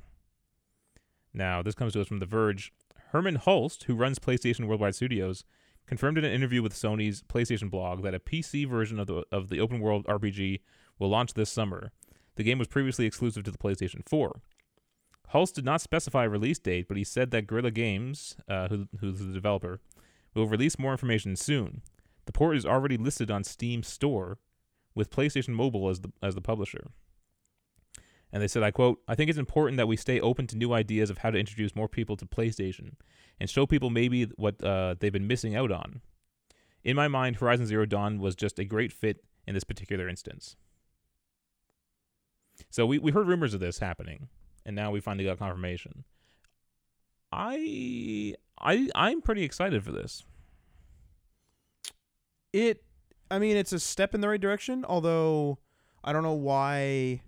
Speaker 1: Now, this comes to us from The Verge. Herman Holst, who runs PlayStation Worldwide Studios, confirmed in an interview with Sony's PlayStation blog that a PC version of the of the open world RPG will launch this summer. The game was previously exclusive to the PlayStation 4. Hulse did not specify a release date, but he said that Guerrilla Games, uh, who, who's the developer, will release more information soon. The port is already listed on Steam Store, with PlayStation Mobile as the as the publisher. And they said, I quote, I think it's important that we stay open to new ideas of how to introduce more people to PlayStation and show people maybe what uh, they've been missing out on. In my mind, Horizon Zero Dawn was just a great fit in this particular instance. So we, we heard rumors of this happening, and now we finally got confirmation. I I I'm pretty excited for this.
Speaker 2: it i mean it's a step in the right direction although i don't know why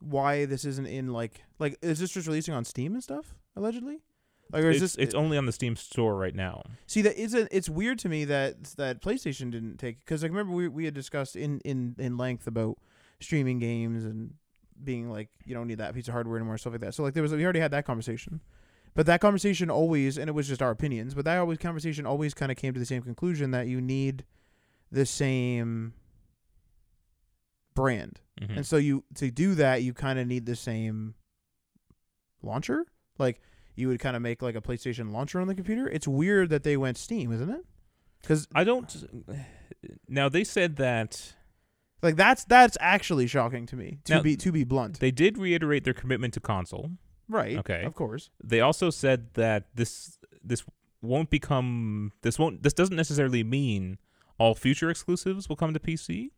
Speaker 2: why this isn't in like like is this just releasing on steam and stuff allegedly like or is
Speaker 1: It's,
Speaker 2: this
Speaker 1: it's only on the Steam store right now.
Speaker 2: see that is it's weird to me that that playstation didn't take because like remember we, we had discussed in in in length about streaming games and being like you don't need that piece of hardware anymore stuff like that so like there was we already had that conversation but that conversation always and it was just our opinions but that always conversation always kind of came to the same conclusion that you need the same brand
Speaker 1: Mhm.
Speaker 2: and so you to do that, you kind of need the same launcher. Like you would kind of make like a PlayStation launcher on the computer. It's weird that they went Steam, isn't it? Because
Speaker 1: I don't. Now they said that
Speaker 2: like that's that's actually shocking to me. To
Speaker 1: Now-
Speaker 2: be to be blunt,
Speaker 1: they did reiterate their commitment to console.
Speaker 2: right?
Speaker 1: okay.
Speaker 2: of course.
Speaker 1: They also said that this this won't become this won't this doesn't necessarily mean all future exclusives will come to PC,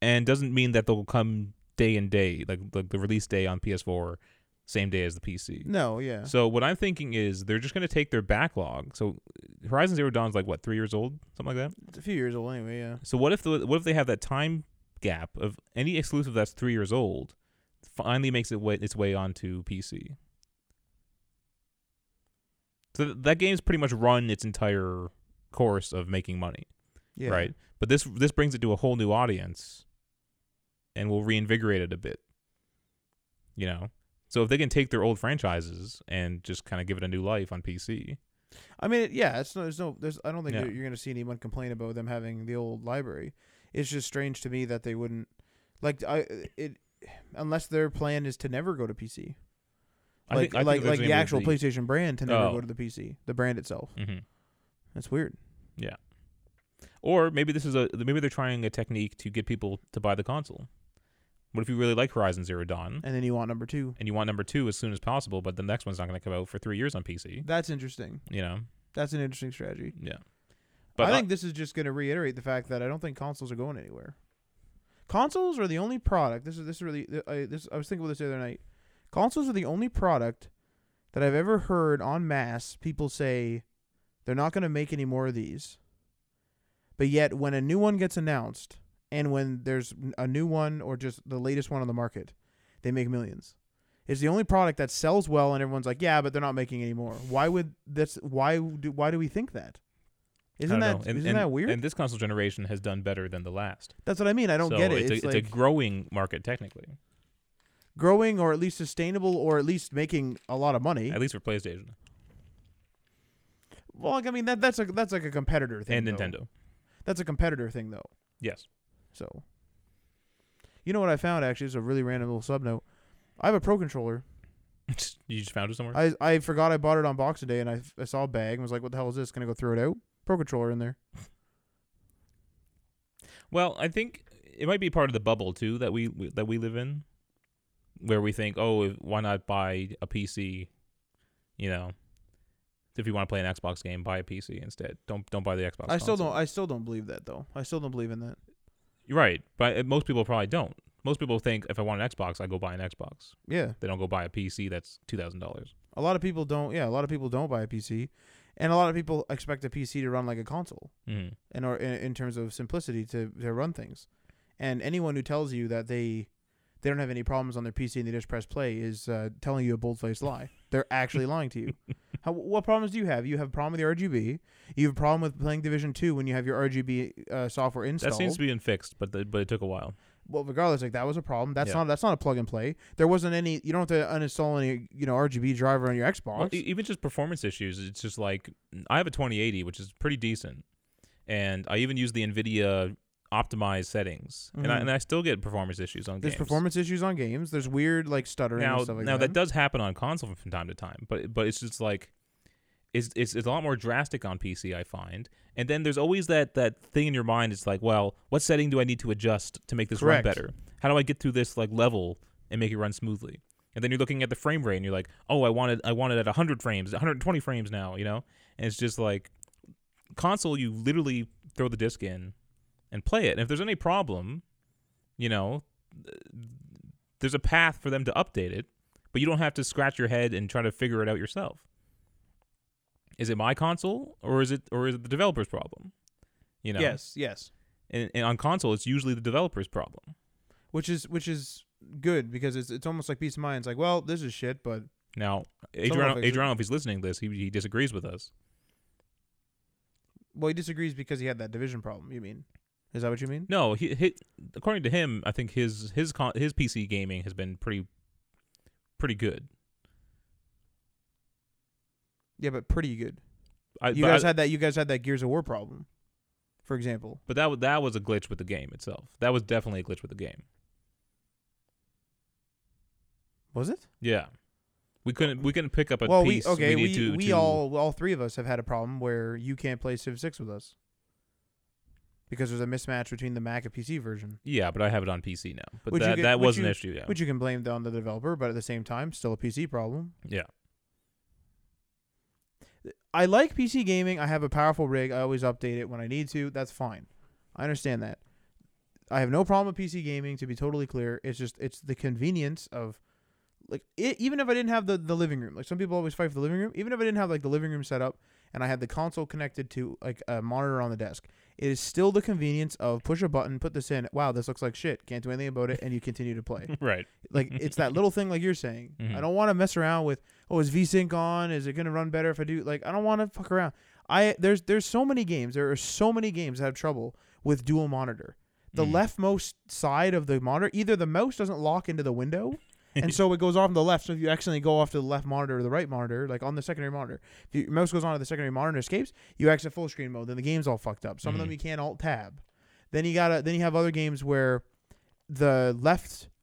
Speaker 1: and doesn't mean that they'll come day and day like like the release day on PS4, same day as the PC.
Speaker 2: No, yeah,
Speaker 1: So what I'm thinking is they're just going to take their backlog. So Horizon Zero Dawn's like what three years old, something like that.
Speaker 2: it's a few years old anyway. Yeah,
Speaker 1: So what if the what if they have that time gap of any exclusive that's three years old finally makes it way, its way onto PC? So th- that game's pretty much run its entire course of making money,
Speaker 2: yeah,
Speaker 1: right? But this this brings it to a whole new audience, and will reinvigorate it a bit. You know, so if they can take their old franchises and just kind of give it a new life on PC,
Speaker 2: I mean, it- yeah, it's no, there's no, there's. I don't think
Speaker 1: Yeah.
Speaker 2: you're, you're going to see anyone complain about them having the old library. It's just strange to me that they wouldn't, like, I it, unless their plan is to never go to PC.
Speaker 1: I
Speaker 2: like
Speaker 1: think, I think
Speaker 2: like,
Speaker 1: that's
Speaker 2: like
Speaker 1: gonna
Speaker 2: the
Speaker 1: be
Speaker 2: actual PlayStation brand to never
Speaker 1: Oh.
Speaker 2: go to the PC, the brand itself.
Speaker 1: Mhm.
Speaker 2: That's weird.
Speaker 1: Or maybe this is a maybe they're trying a technique to get people to buy the console. What if you really like Horizon Zero Dawn
Speaker 2: And then you want number two.
Speaker 1: and you want number two as soon as possible, but the next one's not going to come out for three years on PC?
Speaker 2: That's interesting.
Speaker 1: You know,
Speaker 2: That's an interesting strategy.
Speaker 1: yeah.
Speaker 2: But
Speaker 1: But
Speaker 2: I think this is just going to reiterate the fact that I don't think consoles are going anywhere. Consoles are the only product. This is this is really I, this I was thinking about this the other night. Consoles are the only product that I've ever heard en masse people say they're not going to make any more of these. But yet, when a new one gets announced, and when there's a new one or just the latest one on the market, they make millions. It's the only product that sells well, and everyone's like, "Yeah, but they're not making any more." Why would that's why do why do we think that? Isn't that
Speaker 1: and,
Speaker 2: not
Speaker 1: and-
Speaker 2: that weird?
Speaker 1: And this console generation has done better than the last.
Speaker 2: that's what I mean. I don't
Speaker 1: so
Speaker 2: get it.
Speaker 1: It's,
Speaker 2: It's,
Speaker 1: a,
Speaker 2: like
Speaker 1: it's a growing market technically,
Speaker 2: growing, or at least sustainable, or at least making a lot of money.
Speaker 1: at least for PlayStation
Speaker 2: Well, like, I mean that that's a that's like a competitor thing.
Speaker 1: and
Speaker 2: though.
Speaker 1: Nintendo.
Speaker 2: That's a competitor thing, though.
Speaker 1: Yes.
Speaker 2: So, you know what I found actually is a really random little sub note. I have a pro controller.
Speaker 1: you just found it somewhere.
Speaker 2: I I forgot I bought it on Boxing Day, and I, I saw a bag and was like, "What the hell is this?" Gonna go throw it out. Pro controller in there.
Speaker 1: Well, I think it might be part of the bubble too that we we- that we live in, where we think, oh, if- why not buy a PC? You know, if you want to play an Xbox game, buy a PC instead. Don't don't buy the Xbox.
Speaker 2: I still
Speaker 1: console.
Speaker 2: don't. I still don't believe that though. I still don't believe in that.
Speaker 1: You're right, but uh, most people probably don't. Most people think if I want an Xbox, I go buy an Xbox.
Speaker 2: Yeah,
Speaker 1: They don't go buy a PC that's two thousand dollars.
Speaker 2: a lot of people don't. Yeah, a lot of people don't buy a PC, and a lot of people expect a PC to run like a console,
Speaker 1: Mm.
Speaker 2: and or in, in terms of simplicity to to run things. And anyone who tells you that they they don't have any problems on their PC and they just press play is uh, telling you a bold faced lie. They're actually lying to you. How, what problems do you have? You have a problem with the RGB. You have a problem with playing Division Two when you have your RGB uh, software
Speaker 1: That
Speaker 2: installed.
Speaker 1: seems to be been fixed, but the, but it took a while.
Speaker 2: well, regardless, like that was a problem. That's
Speaker 1: Yeah.
Speaker 2: not that's not a plug and play. There wasn't any. You don't have to uninstall any you know RGB driver on your Xbox.
Speaker 1: Well, e- even just performance issues, it's just like I have a 2080, which is pretty decent, and I even use the NVIDIA optimized settings, and, I,
Speaker 2: Mhm.
Speaker 1: and I still get performance issues on
Speaker 2: There's
Speaker 1: games.
Speaker 2: performance issues on games. There's weird like stuttering
Speaker 1: now,
Speaker 2: and stuff like
Speaker 1: now
Speaker 2: that.
Speaker 1: that does happen on console from time to time, but but it's just like it's, it's it's a lot more drastic on PC, I find. And then there's always that that thing in your mind. It's like, well, what setting do I need to adjust to make this
Speaker 2: Correct.
Speaker 1: run better? How do I get through this like level and make it run smoothly? And then you're looking at the frame rate, and you're like, oh, I wanted I wanted at 100 frames, 120 frames now, you know. And it's just like console, you literally throw the disc in and play it. And if there's any problem, you know, th- there's a path for them to update it, but you don't have to scratch your head and try to figure it out yourself. Is it my console or is it or is it the developer's problem? You know,
Speaker 2: Yes, yes.
Speaker 1: And, and on console, it's usually the developer's problem.
Speaker 2: Which is which is good because it's it's almost like peace of mind. It's like, well, this is shit, but
Speaker 1: Now,
Speaker 2: Someone
Speaker 1: Adriano,
Speaker 2: fix it.
Speaker 1: Adriano, if he's listening to this, he, he disagrees with us.
Speaker 2: well, he disagrees because he had that division problem. You mean? Is that what you mean?
Speaker 1: No, he, he according to him, I think his his con- his PC gaming has been pretty pretty good.
Speaker 2: Yeah, but pretty good.
Speaker 1: I,
Speaker 2: You
Speaker 1: but, I-
Speaker 2: guys had that. You guys had that Gears of War problem, for example.
Speaker 1: but that wa- that was a glitch with the game itself. That was definitely a glitch with the game.
Speaker 2: Was it?
Speaker 1: Yeah, we couldn't we couldn't pick up a
Speaker 2: well,
Speaker 1: piece.
Speaker 2: we okay. We we,
Speaker 1: need to, to-
Speaker 2: all all three of us have had a problem where you can't play Civ Six with us because there's a mismatch between the Mac and PC version,
Speaker 1: yeah, but I have it on PC now. But
Speaker 2: Would you
Speaker 1: that
Speaker 2: get-
Speaker 1: that
Speaker 2: would
Speaker 1: was an
Speaker 2: you-
Speaker 1: issue. Yeah,
Speaker 2: which you can blame on the developer, but at the same time, still a PC problem.
Speaker 1: yeah.
Speaker 2: I like PC gaming. I have a powerful rig. I always update it when I need to. That's fine. I understand that. I have no problem with PC gaming. To be totally clear, it's just it's the convenience of, like, it, even if I didn't have the the living room, like some people always fight for the living room. Even if I didn't have like the living room set up and I had the console connected to like a monitor on the desk, it is still the convenience of push a button, put this in. Wow, this looks like shit. Can't do anything about it, and you continue to play
Speaker 1: Right.
Speaker 2: like it's that little thing like you're saying
Speaker 1: Mhm.
Speaker 2: i don't want to mess around with oh is vsync on is it going to run better if i do like i don't want to fuck around i there's there's so many games there are so many games that have trouble with dual monitor the
Speaker 1: Mm.
Speaker 2: leftmost side of the monitor either the mouse doesn't lock into the window and so it goes off on the left so if you accidentally go off to the left monitor or the right monitor like on the secondary monitor if your mouse goes onto the secondary monitor and escapes you exit full screen mode then the game's all fucked up some of them
Speaker 1: Mhm.
Speaker 2: you can't alt tab then you gotta then you have other games where the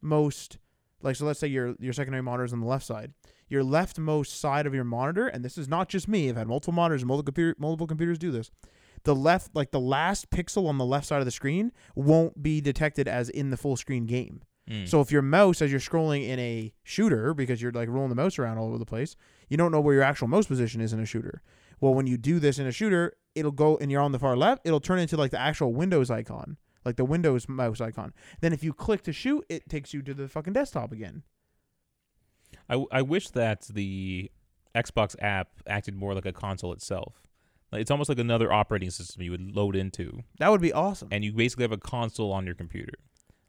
Speaker 2: leftmost like so let's say your your secondary monitor is on the left side your leftmost side of your monitor and this is not just me i've had multiple monitors multiple, computer, multiple computers do this the left like the last pixel on the left side of the screen won't be detected as in the full screen game
Speaker 1: Mm.
Speaker 2: so if your mouse as you're scrolling in a shooter because you're like rolling the mouse around all over the place you don't know where your actual mouse position is in a shooter well when you do this in a shooter it'll go and you're on the far left it'll turn into like the actual windows icon like the windows mouse icon then if you click to shoot it takes you to the fucking desktop again
Speaker 1: I, w- I wish that the Xbox app acted more like a console itself. Like, it's almost like another operating system you would load into,
Speaker 2: that would be awesome
Speaker 1: and you basically have a console on your computer.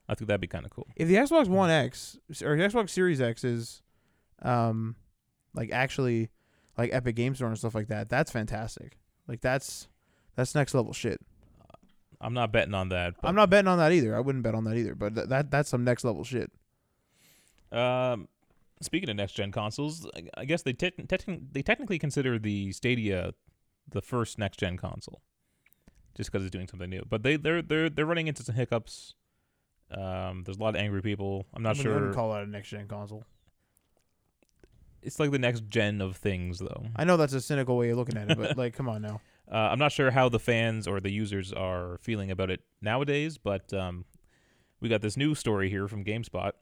Speaker 1: I think that'd be kind of cool.
Speaker 2: if the Xbox One X or the Xbox Series X is, um, like actually, like Epic Games Store and stuff like that, that's fantastic. Like that's that's next level shit.
Speaker 1: I'm not betting on that. But,
Speaker 2: I'm not betting on that either. I wouldn't bet on that either. But th- that that's some next level shit.
Speaker 1: Um, speaking of next gen consoles, I- I guess they te- techni- they technically consider the Stadia the first next gen console, just because it's doing something new. But they they're they're they're running into some hiccups. Um, there's a lot of angry people. I'm not
Speaker 2: I wouldn't- I
Speaker 1: sure.
Speaker 2: wouldn't call that a next gen console.
Speaker 1: it's like the next gen of things, though.
Speaker 2: I know that's a cynical way of looking at it, but like, come on now.
Speaker 1: Uh, I'm not sure how the fans or the users are feeling about it nowadays, but um, we got this new story here from GameSpot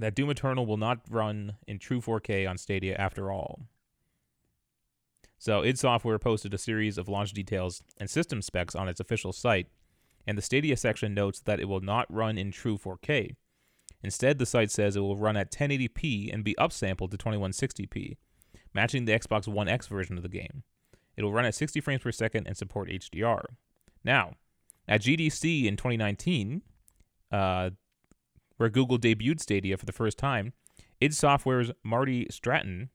Speaker 1: that Doom Eternal will not run in true 4K on Stadia after all. So, id Software posted a series of launch details and system specs on its official site, and the Stadia section notes that it will not run in true 4K. Instead, the site says it will run at 1080p and be upsampled to 2160p, matching the Xbox One X version of the game. It'll run at 60 frames per second and support HDR. Now, at GDC in 2019, uh, where Google debuted Stadia for the first time, id Software's Marty Stratton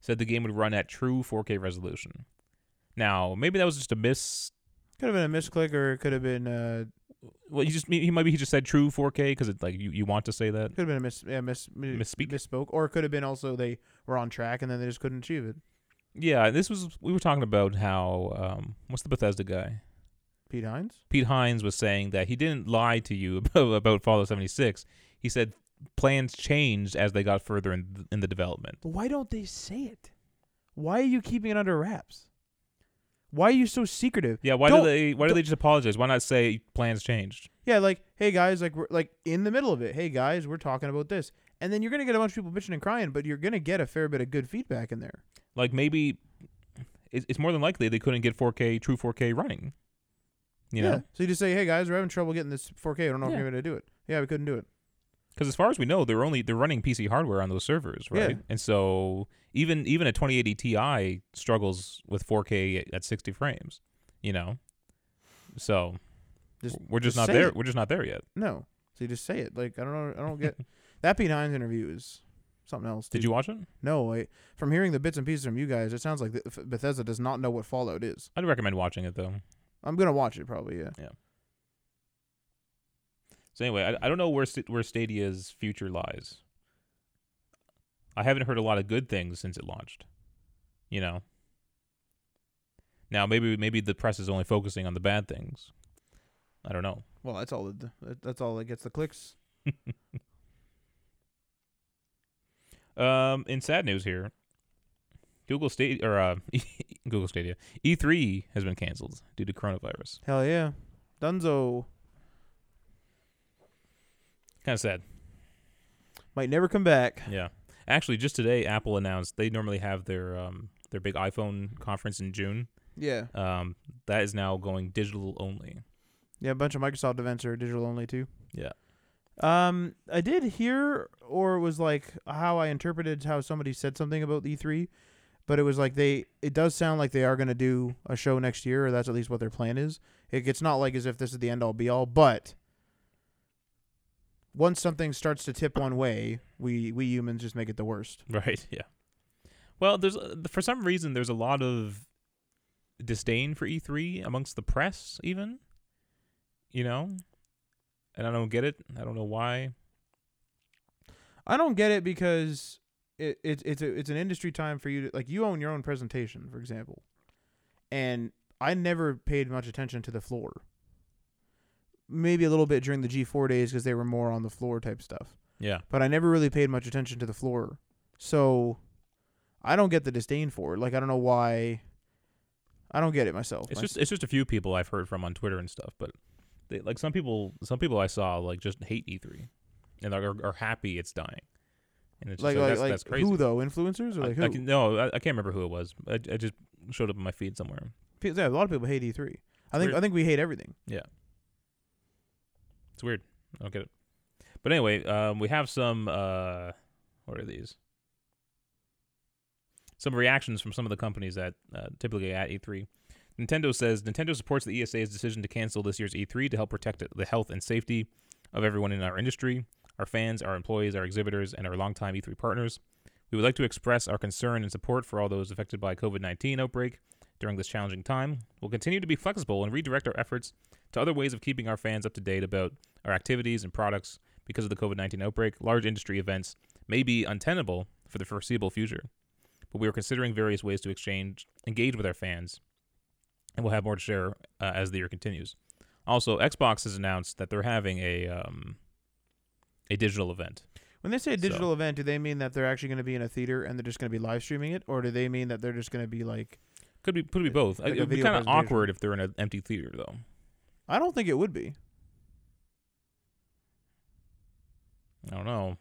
Speaker 1: said the game would run at true 4K resolution. Now, maybe that was just a miss.
Speaker 2: Could have been a misclick, or it could have been uh,
Speaker 1: Well, he just he maybe he just said true 4K because it like you, you want to say that.
Speaker 2: could have been a mis, yeah, mis, mi-
Speaker 1: Misspeak?
Speaker 2: misspoke, or it could have been also they were on track and then they just couldn't achieve it.
Speaker 1: Yeah, this was we were talking about how um what's the Bethesda guy?
Speaker 2: Pete Hines.
Speaker 1: Pete Hines was saying that he didn't lie to you about, about Fallout 76. He said plans changed as they got further in in the development.
Speaker 2: But why don't they say it? Why are you keeping it under wraps? Why are you so secretive?
Speaker 1: Yeah, why
Speaker 2: Don't-
Speaker 1: do they why do they just apologize? Why not say plans changed?
Speaker 2: Yeah, like, hey guys, like we're like in the middle of it. Hey guys, we're talking about this, and then you're gonna get a bunch of people bitching and crying, but you're gonna get a fair bit of good feedback in there.
Speaker 1: Like maybe it's it's more than likely they couldn't get 4K true 4K running. You know?
Speaker 2: Yeah. So you just say, hey guys, we're having trouble getting this 4K. I don't know if
Speaker 1: Yeah.
Speaker 2: you're gonna do it. Yeah, we couldn't do it.
Speaker 1: Because as far as we know, they're only they're running PC hardware on those servers,
Speaker 2: Yeah.
Speaker 1: right? And so even even a 2080 Ti struggles with 4K at 60 frames, you know. So
Speaker 2: Just-
Speaker 1: we're just,
Speaker 2: just
Speaker 1: not
Speaker 2: say
Speaker 1: there.
Speaker 2: it.
Speaker 1: We're just not there yet.
Speaker 2: No. So you just say it. Like I don't know. I don't get that Pete Hines interview is something else.
Speaker 1: Did
Speaker 2: dude.
Speaker 1: you watch it?
Speaker 2: No. I, from hearing the bits and pieces from you guys, it sounds like the, Bethesda does not know what Fallout is.
Speaker 1: I'd recommend watching it though.
Speaker 2: I'm gonna watch it probably. Yeah.
Speaker 1: So anyway, I, I don't know where Sta- where Stadia's future lies. I haven't heard a lot of good things since it launched. You know. Now maybe maybe the press is only focusing on the bad things. I don't know.
Speaker 2: Well, that's all. It, that- that's all that gets the clicks.
Speaker 1: Um, in sad news here, Google Stadia or uh, Google Stadia E3 has been canceled due to coronavirus.
Speaker 2: Hell yeah. Dunzo
Speaker 1: Kind of sad.
Speaker 2: might never come back.
Speaker 1: Yeah. Actually, just today, Apple announced they normally have their um their big iPhone conference in June.
Speaker 2: Yeah.
Speaker 1: Um, that is now going digital only.
Speaker 2: Yeah, a bunch of Microsoft events are digital only too.
Speaker 1: Yeah.
Speaker 2: Um, I did hear, or it was like how I interpreted how somebody said something about E3, but it was like they. It does sound like they are going to do a show next year, or that's at least what their plan is. It, it's not like as if this is the end all be all, but once something starts to tip one way, we we humans just make it the worst.
Speaker 1: Right. Yeah. Well, there's uh, for some reason there's a lot of disdain for E3 amongst the press, even. You know, and I don't get it. I don't know why.
Speaker 2: I don't get it because it, it it's a, it's an industry time for you to like you own your own presentation, for example. And I never paid much attention to the floor. Maybe a little bit during the G4 days because they were more on the floor type stuff.
Speaker 1: Yeah.
Speaker 2: But I never really paid much attention to the floor. So I don't get the disdain for it. Like I don't know why I don't get it myself.
Speaker 1: It's
Speaker 2: My-
Speaker 1: just it's just a few people I've heard from on Twitter and stuff, but they, like some people some people I saw like just hate E3 and like are, are happy it's dying, and it's just
Speaker 2: like
Speaker 1: like,
Speaker 2: like,
Speaker 1: that's,
Speaker 2: like
Speaker 1: that's crazy.
Speaker 2: who though? Influencers or like
Speaker 1: I,
Speaker 2: who?
Speaker 1: I can, no, I, I can't remember who it was. I, I just showed up in my feed somewhere.
Speaker 2: Pe- yeah, a lot of people hate E3. I think
Speaker 1: Weird.
Speaker 2: I think we hate everything.
Speaker 1: It's weird. I don't get it. But anyway, um, we have some. Uh, what are these? Some reactions from some of the companies that uh, typically at E3. Nintendo says Nintendo supports the ESA's decision to cancel this year's E3 to help protect the health and safety of everyone in our industry, our fans, our employees, our exhibitors, and our longtime E3 partners. We would like to express our concern and support for all those affected by COVID-19 outbreak during this challenging time. We'll continue to be flexible and redirect our efforts to other ways of keeping our fans up to date about our activities and products because of the COVID 19 outbreak, large industry events may be untenable for the foreseeable future. But we are considering various ways to exchange, engage with our fans, and we'll have more to share uh, as the year continues. Also, Xbox has announced that they're having a um, a digital event.
Speaker 2: When they say
Speaker 1: So-
Speaker 2: digital event, do they mean that they're actually going to be in a theater and they're just going to be live streaming it, or do they mean that they're just going to be like?
Speaker 1: Could be could be both.
Speaker 2: Uh, Like a
Speaker 1: it would be
Speaker 2: video
Speaker 1: kind of
Speaker 2: presentation.
Speaker 1: awkward if they're in an empty theater, though.
Speaker 2: I don't think it would be.
Speaker 1: I don't know.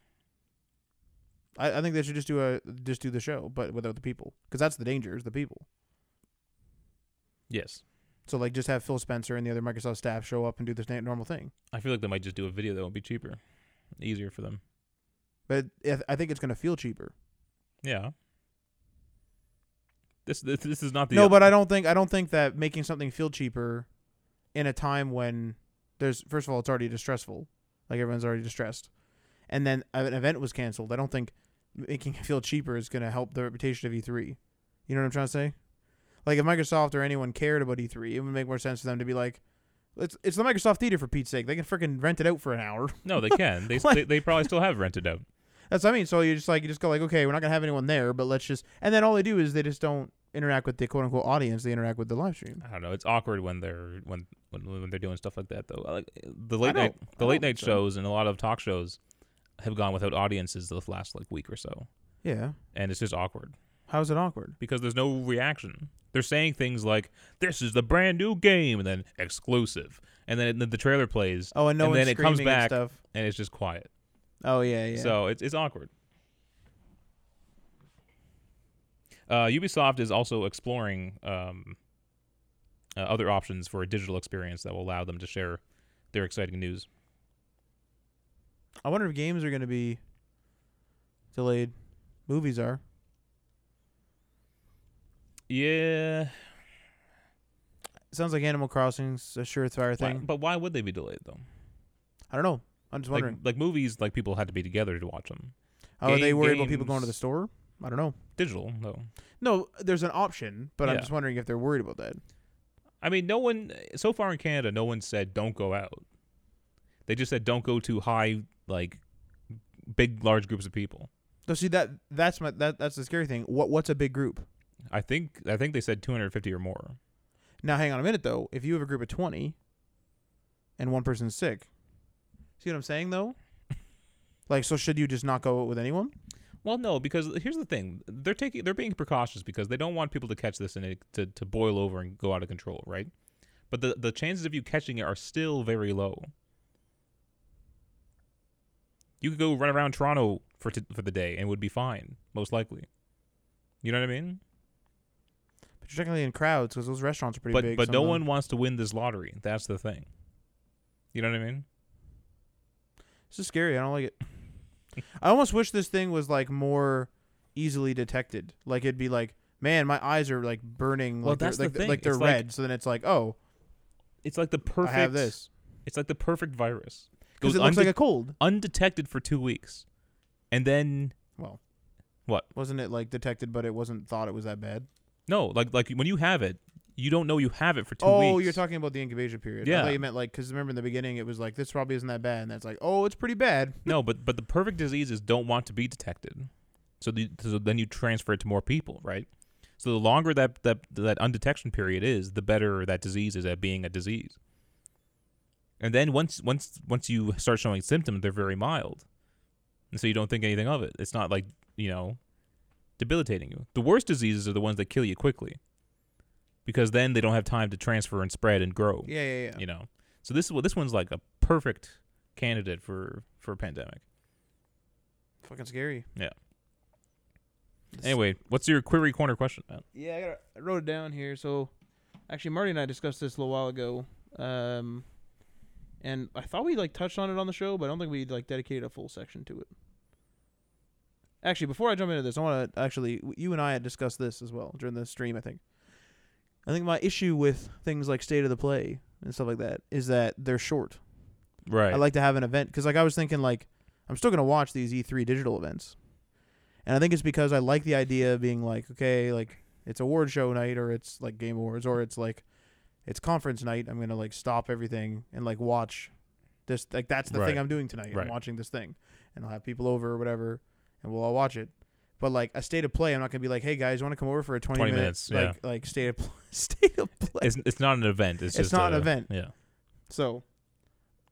Speaker 2: I, I think they should just do a just do the show, but without the people, because that's the danger is the people.
Speaker 1: Yes,
Speaker 2: So like, just have Phil Spencer and the other Microsoft staff show up and do this na- normal thing.
Speaker 1: I feel like they might just do a video that would be cheaper, easier for them.
Speaker 2: But it, I think it's going to feel cheaper.
Speaker 1: Yeah. This this, this is not the
Speaker 2: no, but I don't think I don't think that making something feel cheaper in a time when there's first of all it's already distressful, Like everyone's already distressed. And then an event was canceled. I don't think making it feel cheaper is going to help the reputation of E3. You know what I'm trying to say? Like if Microsoft or anyone cared about E3, it would make more sense for them to be like, it's it's the Microsoft Theater for Pete's sake. They can freaking rent it out for an hour.
Speaker 1: No, they can. They,
Speaker 2: What?
Speaker 1: they they probably still have rented out.
Speaker 2: That's what I mean. So you just like you just go like, okay, we're not gonna have anyone there, but let's just. And then all they do is they just don't interact with the quote unquote audience. They interact with the live stream.
Speaker 1: I don't know. It's awkward when they're when when, when they're doing stuff like that though. I Like the late
Speaker 2: don't-
Speaker 1: night the
Speaker 2: I
Speaker 1: late
Speaker 2: don't
Speaker 1: night
Speaker 2: think so.
Speaker 1: shows and a lot of talk shows have gone without audiences the last like week or so,
Speaker 2: Yeah.
Speaker 1: and it's just awkward
Speaker 2: How's it awkward?
Speaker 1: because there's no reaction. They're saying things like "This is the brand new game," and then "exclusive," and then the- the trailer plays,
Speaker 2: Oh, and no
Speaker 1: And
Speaker 2: one's
Speaker 1: then it comes
Speaker 2: screaming and
Speaker 1: back.
Speaker 2: stuff.
Speaker 1: and it's just quiet.
Speaker 2: Oh yeah, yeah.
Speaker 1: So it's it's awkward. Uh, Ubisoft is also exploring um, uh, other options for a digital experience that will allow them to share their exciting news.
Speaker 2: I wonder if games are gonna be delayed. Movies are.
Speaker 1: Yeah,
Speaker 2: It sounds like Animal Crossing's a surefire
Speaker 1: why-
Speaker 2: thing.
Speaker 1: but why would they be delayed though?
Speaker 2: I don't know. I'm just
Speaker 1: Like,
Speaker 2: wondering.
Speaker 1: like movies, like people had to be together to watch them.
Speaker 2: are they
Speaker 1: game-
Speaker 2: worried about people going to the
Speaker 1: games-
Speaker 2: store? I don't know.
Speaker 1: Digital though.
Speaker 2: No, there's an option, but I'm
Speaker 1: Yeah.
Speaker 2: just wondering if they're worried about that.
Speaker 1: I mean, no one so far in Canada, no one said don't go out. They just said don't go to high like big large groups of people.
Speaker 2: No, see that that's my that that's the scary thing. What what's a big group?
Speaker 1: I think I think they said 250 or more.
Speaker 2: Now, hang on a minute though. If you have a group of twenty, and one person's sick, see what I'm saying though? like, so should you just not go out with anyone?
Speaker 1: Well, no, because here's the thing: they're taking, they're being precautious because they don't want people to catch this and it, to to boil over and go out of control, right? But the the chances of you catching it are still very low. You could go run around Toronto for t- for the day and would be fine, most likely. You know what I mean?
Speaker 2: But you're technically in crowds because those restaurants are pretty
Speaker 1: but
Speaker 2: big.
Speaker 1: but
Speaker 2: some
Speaker 1: no
Speaker 2: of them-
Speaker 1: one wants to win this lottery. That's the thing. You know what I mean?
Speaker 2: This is scary. I don't like it. I almost wish this thing was like more easily detected. Like it'd be like, man, my eyes are like burning.
Speaker 1: Well,
Speaker 2: like they're-
Speaker 1: that's the
Speaker 2: like,
Speaker 1: thing.
Speaker 2: like they're
Speaker 1: It's like-
Speaker 2: red. so then it's like, oh,
Speaker 1: It's like the perfect.
Speaker 2: I have this
Speaker 1: It's like the perfect virus.
Speaker 2: because
Speaker 1: Goes
Speaker 2: it looks
Speaker 1: unde-
Speaker 2: like a cold.
Speaker 1: undetected for two weeks, and then
Speaker 2: Well,
Speaker 1: What?
Speaker 2: wasn't it like detected? But it wasn't thought it was that bad.
Speaker 1: No, like like when you have it, you don't know you have it for two
Speaker 2: Oh,
Speaker 1: weeks.
Speaker 2: you're talking about the incubation period. I
Speaker 1: Yeah.
Speaker 2: thought you meant like because remember in the beginning it was like this probably isn't that bad, and that's like oh it's pretty bad.
Speaker 1: no, but but the perfect diseases don't want to be detected, so the, so then you transfer it to more people, right? So the longer that that that undetection period is, the better that disease is at being a disease. And then once once once you start showing symptoms, they're very mild, and so you don't think anything of it. It's not like you know debilitating you. The worst diseases are the ones that kill you quickly, because then they don't have time to transfer and spread and grow.
Speaker 2: Yeah, yeah, yeah.
Speaker 1: you know. So this is what this one's like a perfect candidate for for a pandemic.
Speaker 2: Fucking scary.
Speaker 1: Yeah.
Speaker 2: This-
Speaker 1: Anyway, what's your query corner question, Matt?
Speaker 2: Yeah, I, got I wrote it down here. So, actually, Marty and I discussed this a little while ago, um, and I thought we like touched on it on the show, but I don't think we like dedicated a full section to it. Actually, before I jump into this, I want to actually you and I had discussed this as well during the stream. I think. I think my issue with things like state of the play and stuff like that is that they're short.
Speaker 1: Right.
Speaker 2: I like to have an event because, like, I was thinking, like, I'm still gonna watch these E3 digital events, and I think it's because I like the idea of being like, okay, like it's award show night or it's like Game Awards or it's like it's conference night. I'm gonna like stop everything and like watch this. Like that's the
Speaker 1: Right.
Speaker 2: thing I'm doing tonight.
Speaker 1: Right.
Speaker 2: I'm watching this thing, and I'll have people over or whatever, and we'll all watch it. But like a state of play, I'm not gonna be like, hey guys, want to come over for a 20,
Speaker 1: 20
Speaker 2: minute,
Speaker 1: minutes, yeah.
Speaker 2: like like state of pl- state of play.
Speaker 1: it's it's not an event. It's,
Speaker 2: It's
Speaker 1: just
Speaker 2: not an
Speaker 1: a-
Speaker 2: event.
Speaker 1: Yeah.
Speaker 2: So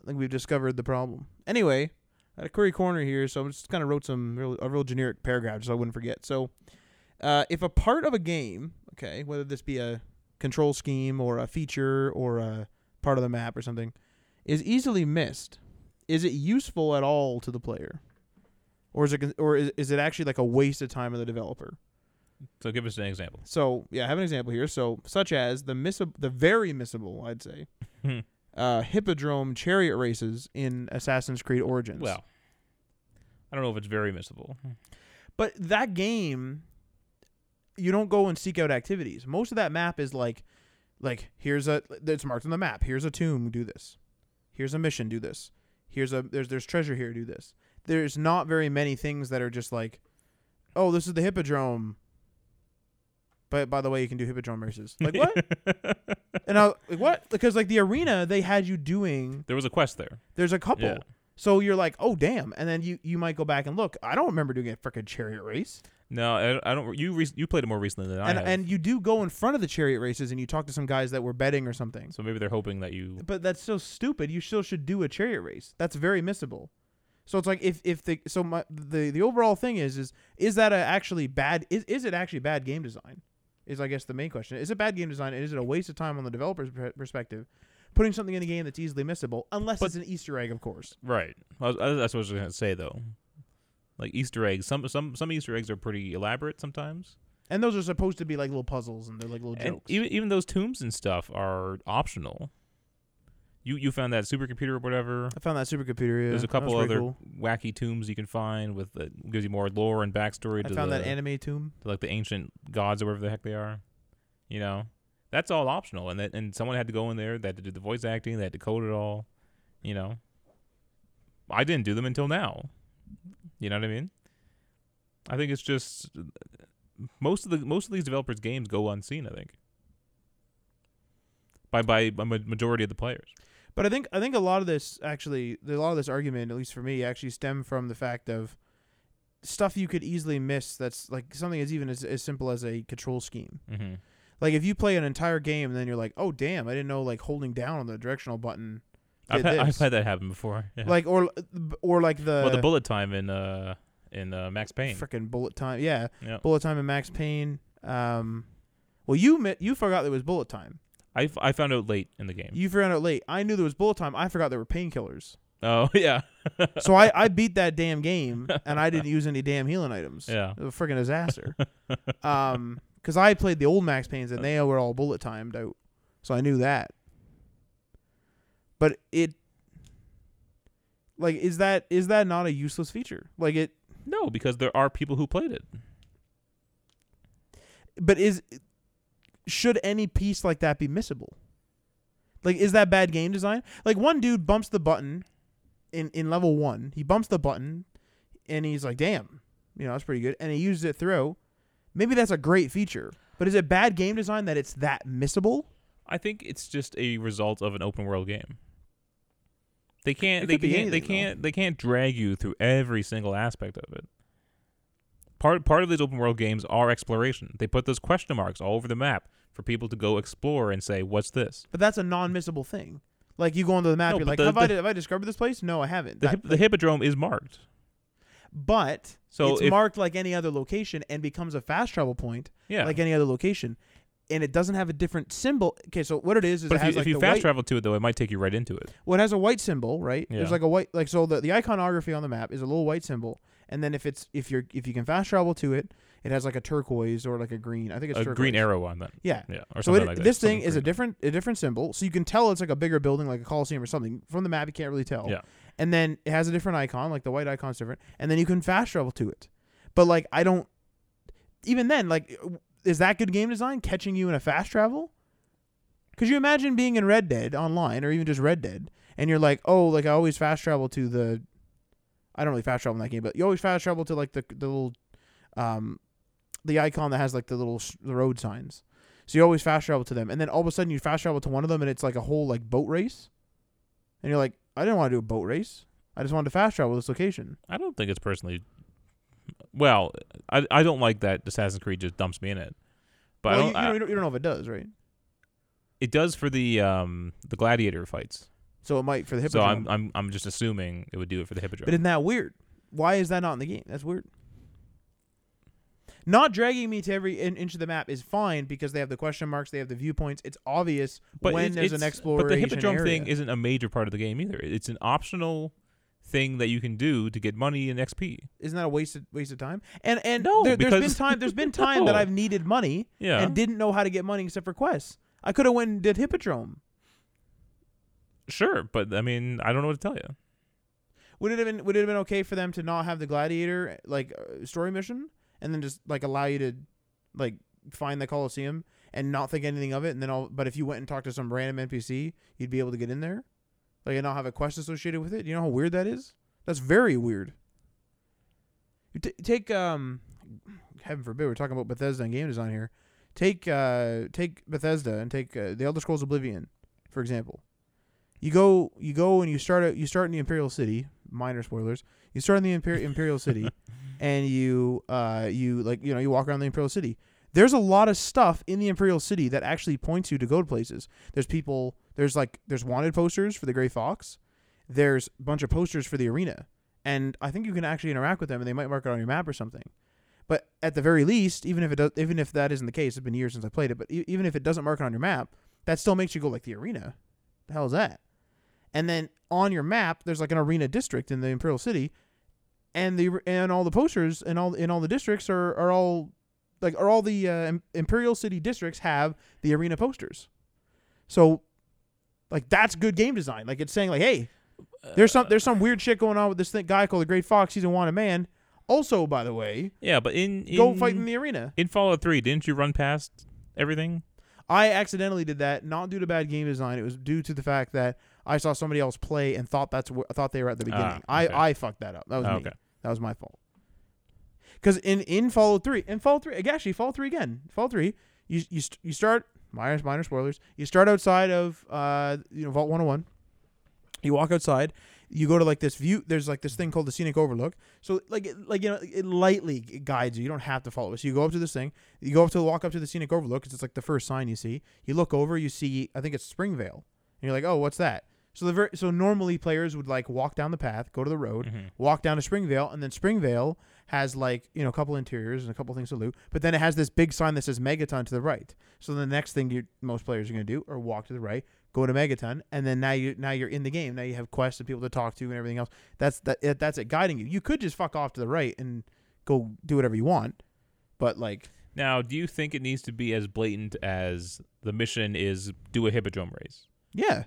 Speaker 2: I think we've discovered the problem. Anyway, I had a query corner here, so I just kind of wrote some real, a real generic paragraph so I wouldn't forget. So uh, if a part of a game, okay, whether this be a control scheme or a feature or a part of the map or something, is easily missed, is it useful at all to the player? Or is it con- or is, is it actually like a waste of time of the developer?
Speaker 1: So give us an example.
Speaker 2: So yeah, I have an example here. So such as the miss the very missable, I'd say,
Speaker 1: Hmm.
Speaker 2: uh, hippodrome chariot races in Assassin's Creed Origins.
Speaker 1: Well, I don't know if it's very missable.
Speaker 2: but that game, you don't go and seek out activities. Most of that map is like, like here's a it's marked on the map. Here's a tomb, do this. Here's a mission, do this. here's a there's there's treasure here do this there's not very many things that are just like oh this is the hippodrome but by the way you can do hippodrome races like what and i like what because like the arena they had you doing
Speaker 1: there was a quest there.
Speaker 2: there's a couple
Speaker 1: Yeah.
Speaker 2: so you're like oh damn and then you you might go back and look i don't remember doing a freaking chariot race
Speaker 1: No, I, I don't. You re- you played it more recently than
Speaker 2: and
Speaker 1: I have,
Speaker 2: and you do go in front of the chariot races and you talk to some guys that were betting or something
Speaker 1: so maybe they're hoping that you.
Speaker 2: but that's so stupid. You still should do a chariot race. That's very missable. So it's like if if the so my the the overall thing is is is that a actually bad is is it actually bad game design? Is I guess the main question. Is it bad game design? And is it a waste of time on the developer's per- perspective, putting something in the game that's easily missable unless
Speaker 1: But-
Speaker 2: it's an Easter egg, of course.
Speaker 1: Right. I was, I, that's what I was gonna say though. Like Easter eggs, some some some Easter eggs are pretty elaborate sometimes,
Speaker 2: And those are supposed to be like little puzzles and they're like little
Speaker 1: and e-
Speaker 2: jokes.
Speaker 1: even even those tombs and stuff are optional. You you found that supercomputer or whatever.
Speaker 2: I found that supercomputer. Yeah.
Speaker 1: There's a
Speaker 2: That was
Speaker 1: couple
Speaker 2: pretty
Speaker 1: other
Speaker 2: cool.
Speaker 1: wacky tombs you can find with that gives you more lore and backstory
Speaker 2: I
Speaker 1: to
Speaker 2: found
Speaker 1: the
Speaker 2: that anime tomb.
Speaker 1: to, like the ancient gods or whatever the heck they are. You know, that's all optional, and that and someone had to go in there. They had to do the voice acting. They had to code it all. You know, I didn't do them until now. You know what I mean? I think it's just most of the most of these developers' games go unseen. I think by by a ma- majority of the players.
Speaker 2: But I think I think a lot of this actually a lot of this argument, at least for me, actually stem from the fact of stuff you could easily miss that's like something as even as, as simple as a control scheme.
Speaker 1: Mm-hmm.
Speaker 2: Like if you play an entire game and then you're like, Oh damn, I didn't know like holding down on the directional button
Speaker 1: I've
Speaker 2: did
Speaker 1: had, I've
Speaker 2: this."
Speaker 1: had that happen before. Yeah.
Speaker 2: Like or or like the,
Speaker 1: well, the bullet time in uh in uh, Max Payne.
Speaker 2: frickin' bullet time. Yeah.
Speaker 1: Yeah.
Speaker 2: Bullet time and Max Payne. Um well you mi- you forgot there was bullet time.
Speaker 1: I, f- I found out late in the game.
Speaker 2: You found out late. I knew there was bullet time. I forgot there were painkillers.
Speaker 1: Oh yeah,
Speaker 2: so I, I beat that damn game and I didn't use any damn healing items.
Speaker 1: yeah.
Speaker 2: It was a freaking disaster. um, because I played the old Max Payne's and they were all bullet timed out, so I knew that. But it, like, is that is that not a useless feature? Like it,
Speaker 1: No, because there are people who played it.
Speaker 2: but is should any piece like that be missable? Like, is that bad game design? Like, one dude bumps the button in in level one. He bumps the button, and he's like, "Damn, you know that's pretty good." And he uses it through. Maybe that's a great feature, but is it bad game design that it's that missable?
Speaker 1: I think it's just a result of an open world game. They can't.
Speaker 2: It
Speaker 1: They
Speaker 2: could be
Speaker 1: can't. they
Speaker 2: anything, though.
Speaker 1: can't. They can't drag you through every single aspect of it. Part part of these open world games are exploration. They put those question marks all over the map for people to go explore and say, "What's this?"
Speaker 2: But that's a non-missable thing. Like you go onto the map,
Speaker 1: No,
Speaker 2: you're
Speaker 1: but
Speaker 2: like,
Speaker 1: the-
Speaker 2: "Have I
Speaker 1: the-
Speaker 2: have I discovered this place?" No, I haven't.
Speaker 1: The
Speaker 2: That-
Speaker 1: hip, the hippodrome is marked.
Speaker 2: but
Speaker 1: So
Speaker 2: it's
Speaker 1: if-
Speaker 2: marked like any other location and becomes a fast travel point.
Speaker 1: Yeah.
Speaker 2: like any other location, and it doesn't have a different symbol. Okay, so what it is is it
Speaker 1: but if
Speaker 2: has
Speaker 1: you,
Speaker 2: like
Speaker 1: if you
Speaker 2: the
Speaker 1: fast
Speaker 2: white,
Speaker 1: travel to it though, it might take you right into it.
Speaker 2: well, it has a white symbol, right?
Speaker 1: Yeah.
Speaker 2: There's like a white like so the, the iconography on the map is a little white symbol, and then if it's if you're if you can fast travel to it, it has like a turquoise or like a green. I think it's
Speaker 1: a
Speaker 2: turquoise.
Speaker 1: green arrow on that.
Speaker 2: Yeah.
Speaker 1: Yeah. Or
Speaker 2: So
Speaker 1: something
Speaker 2: it,
Speaker 1: like that.
Speaker 2: this
Speaker 1: Something
Speaker 2: thing is a
Speaker 1: green.
Speaker 2: different a different symbol, so you can tell it's like a bigger building, like a coliseum or something. From the map, you can't really tell.
Speaker 1: Yeah.
Speaker 2: And then it has a different icon, like the white icon's different, and then you can fast travel to it. But like, I don't. Even then, like, is that good game design catching you in a fast travel? Could you imagine being in Red Dead online, or even just Red Dead, and you're like, oh, like I always fast travel to the. I don't really fast travel in that game, but you always fast travel to like the the little, um, the icon that has like the little s- the road signs. So you always fast travel to them, and then all of a sudden you fast travel to one of them, and it's like a whole like boat race, and you're like, I didn't want to do a boat race. I just wanted to fast travel this location.
Speaker 1: I don't think it's personally. Well, I I don't like that Assassin's Creed just dumps me in it, but
Speaker 2: well,
Speaker 1: I don't,
Speaker 2: you, you,
Speaker 1: I-
Speaker 2: don't, you don't know if it does, right?
Speaker 1: It does for the um the gladiator fights.
Speaker 2: So it might for the
Speaker 1: So I'm
Speaker 2: hippodrome.
Speaker 1: I'm I'm just assuming it would do it for the hippodrome.
Speaker 2: but isn't that weird? Why is that not in the game? That's weird. Not dragging me to every in- inch of the map is fine because they have the question marks, they have the viewpoints. It's obvious
Speaker 1: but
Speaker 2: when
Speaker 1: it's-
Speaker 2: there's an
Speaker 1: it's-
Speaker 2: exploration.
Speaker 1: But the hippodrome
Speaker 2: area.
Speaker 1: thing isn't a major part of the game either. It's an optional thing that you can do to get money and XP.
Speaker 2: isn't that a wasted waste of time? And and
Speaker 1: No,
Speaker 2: there, there's been
Speaker 1: because-
Speaker 2: time there's been time that
Speaker 1: No.
Speaker 2: I've needed money
Speaker 1: Yeah.
Speaker 2: and didn't know how to get money except for quests. I could have went and did Hippodrome.
Speaker 1: Sure, but I mean, I don't know what to tell you.
Speaker 2: Would it have been Would it have been okay for them to not have the gladiator like uh, story mission and then just like allow you to like find the Colosseum and not think anything of it and then all? But if you went and talked to some random NPC, you'd be able to get in there. Like and not have a quest associated with it. You know how weird that is? That's very weird. You t- take um heaven forbid we're talking about Bethesda and game design here. Take uh take Bethesda and take uh, The Elder Scrolls Oblivion, for example. You go you go and you start out you start in the Imperial City, minor spoilers. You start in the Imper- Imperial City and you uh you like you know you walk around the Imperial City. There's a lot of stuff in the Imperial City that actually points you to go to places. There's people there's like there's wanted posters for the Grey Fox. There's a bunch of posters for the arena. And I think you can actually interact with them and they might mark it on your map or something. But at the very least, even if it does, even if that isn't the case, it's been years since I played it. But e- even if it doesn't mark it on your map, that still makes you go like the arena. The hell is that? And then on your map, there's like an arena district in the Imperial City, and the and all the posters and all in all the districts are are all like are all the uh, Im- Imperial City districts have the arena posters. So, like that's good game design. Like it's saying like, hey, there's some there's some weird shit going on with this thing, guy called the Great Fox. He's a wanted man. Also, by the way,
Speaker 1: Yeah, but in, in
Speaker 2: go fight in the arena.
Speaker 1: in Fallout Three, didn't you run past everything?
Speaker 2: I accidentally did that, not due to bad game design. It was due to the fact that I saw somebody else play and thought that's wh- thought they were at the beginning.
Speaker 1: Ah, okay.
Speaker 2: I I fucked that up. That was
Speaker 1: Oh,
Speaker 2: me.
Speaker 1: okay.
Speaker 2: That was my fault. Because in in Fallout three, in Fallout three, actually Fallout three again, Fallout three, you you st- you start minor minor spoilers. You start outside of uh you know Vault one hundred one. You walk outside. You go to like this view. There's like this thing called the scenic overlook. So like it- like you know it lightly guides you. You don't have to follow it. So you go up to this thing. You go up to walk up to the scenic overlook. 'cause it's like the first sign you see. You look over. You see I think it's Springvale. And you're like, oh, what's that? So the ver- so normally players would like walk down the path, go to the road, walk down to Springvale, and then Springvale has like you know a couple interiors and a couple things to loot, but then it has this big sign that says Megaton to the right. So the next thing you most players are gonna do are walk to the right, go to Megaton, and then now you now you're in the game. Now you have quests and people to talk to and everything else. That's that it- that's it guiding you. You could just fuck off to the right and go do whatever you want, but like
Speaker 1: Now, do you think it needs to be as blatant as the mission is do a hippodrome race?
Speaker 2: yeah,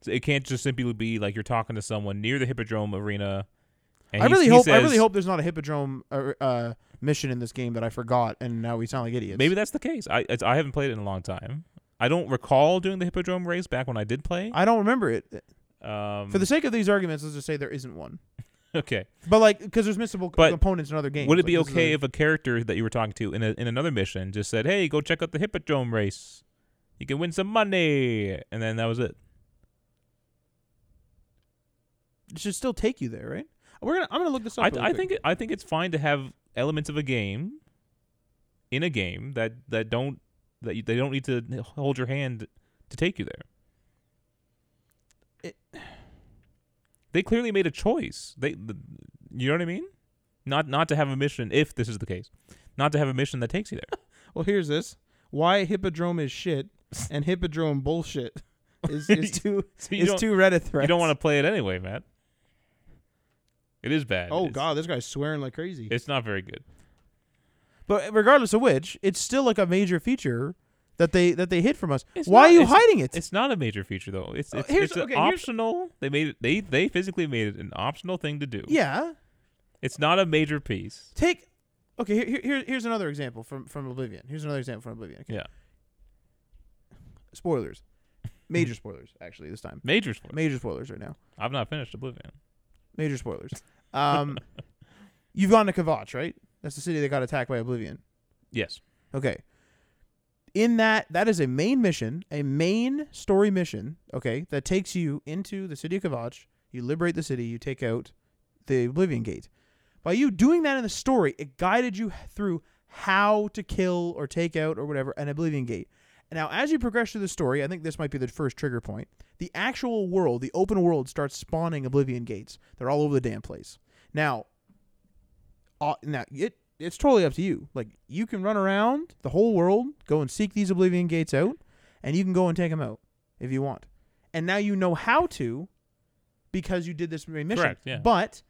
Speaker 1: So it can't just simply be like you're talking to someone near the hippodrome arena. And
Speaker 2: I
Speaker 1: he-
Speaker 2: really
Speaker 1: he
Speaker 2: hope I
Speaker 1: says-
Speaker 2: really hope there's not a hippodrome uh, uh, mission in this game that I forgot and now we sound like idiots.
Speaker 1: Maybe that's the case. I it's, I haven't played it in a long time. I don't recall doing the hippodrome race back when I did play.
Speaker 2: I don't remember it.
Speaker 1: Um,
Speaker 2: For the sake of these arguments, let's just say there isn't one.
Speaker 1: okay,
Speaker 2: But like, because there's missable c-
Speaker 1: But
Speaker 2: components in other games.
Speaker 1: would it
Speaker 2: Like,
Speaker 1: be
Speaker 2: this is
Speaker 1: okay
Speaker 2: a-
Speaker 1: if a character that you were talking to in a, in another mission just said, "Hey, go check out the hippodrome race. You can win some money," and then that was it.
Speaker 2: it should still take you there, right? We're gonna. I'm gonna look this up.
Speaker 1: I,
Speaker 2: really
Speaker 1: I
Speaker 2: quick.
Speaker 1: think it- I think it's fine to have elements of a game in a game that that don't that you, they don't need to hold your hand to take you there.
Speaker 2: It-
Speaker 1: they clearly made a choice. They, the, you know what I mean? Not not to have a mission if this is the case, not to have a mission that takes you there.
Speaker 2: Well, here's this. Why hippodrome is shit and hippodrome bullshit is is too
Speaker 1: So you
Speaker 2: is
Speaker 1: don't
Speaker 2: too Reddit threats.
Speaker 1: you don't want to play it anyway, Matt. It is bad.
Speaker 2: Oh
Speaker 1: It's-
Speaker 2: god, this guy's swearing like crazy.
Speaker 1: it's not very good.
Speaker 2: But regardless of which, it's still like a major feature that they that they hid from us.
Speaker 1: It's
Speaker 2: Why
Speaker 1: not-
Speaker 2: are you
Speaker 1: it's-
Speaker 2: hiding it?
Speaker 1: It's not a major feature though. It's
Speaker 2: Uh,
Speaker 1: it's,
Speaker 2: here's-
Speaker 1: it's an
Speaker 2: okay, here's-
Speaker 1: optional. They made it. They they physically made it an optional thing to do.
Speaker 2: yeah.
Speaker 1: It's not a major piece.
Speaker 2: Take. Okay. Here, here here- here's another example from from Oblivion. Here's another example from Oblivion. Okay.
Speaker 1: Yeah.
Speaker 2: Spoilers. Major spoilers, actually, this time.
Speaker 1: Major spoiler.
Speaker 2: Major spoilers right now.
Speaker 1: I've not finished Oblivion.
Speaker 2: Major spoilers. Um, you've gone to Kavach, right? That's the city that got attacked by Oblivion.
Speaker 1: Yes.
Speaker 2: Okay. In that, that is a main mission, a main story mission. Okay, that takes you into the city of Kavach. You liberate the city. You take out the Oblivion Gate. By you doing that in the story, it guided you through how to kill or take out or whatever an Oblivion Gate. And now, as you progress through the story, I think this might be the first trigger point. The actual world, the open world, starts spawning Oblivion Gates. They're all over the damn place. Now, uh, now it it's totally up to you. Like you can run around the whole world, go and seek these Oblivion Gates out, and you can go and take them out if you want. And now you know how to, because you did this main mission.
Speaker 1: Correct, yeah.
Speaker 2: But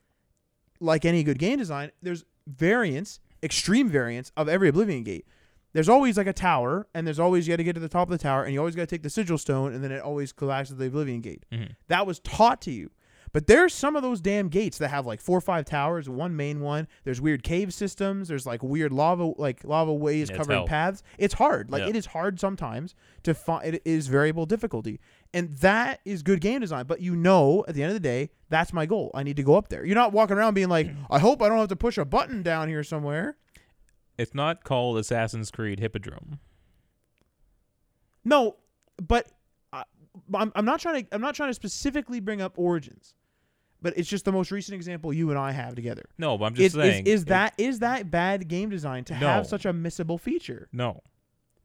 Speaker 2: like any good game design, there's variance, extreme variance of every Oblivion Gate. There's always like a tower, and there's always you got to get to the top of the tower, and you always got to take the sigil stone, and then it always collapses the Oblivion Gate.
Speaker 1: Mhm.
Speaker 2: That was taught to you. But there's some of those damn gates that have like four or five towers, one main one. There's weird cave systems. There's like weird lava, like lava ways
Speaker 1: Yeah, it's
Speaker 2: covering
Speaker 1: hell.
Speaker 2: paths. It's hard. Like
Speaker 1: Yeah.
Speaker 2: it is hard sometimes to find. It is variable difficulty. And that is good game design. But you know, at the end of the day, that's my goal. I need to go up there. You're not walking around being like, I hope I don't have to push a button down here somewhere.
Speaker 1: It's not called Assassin's Creed Hippodrome.
Speaker 2: No, but I, I'm, I'm not trying to. I'm not trying to specifically bring up Origins, but it's just the most recent example you and I have together.
Speaker 1: No, but I'm
Speaker 2: Is-
Speaker 1: just
Speaker 2: is-
Speaker 1: saying.
Speaker 2: is,
Speaker 1: it-
Speaker 2: that is that bad game design to
Speaker 1: No.
Speaker 2: have such a missable feature?
Speaker 1: no?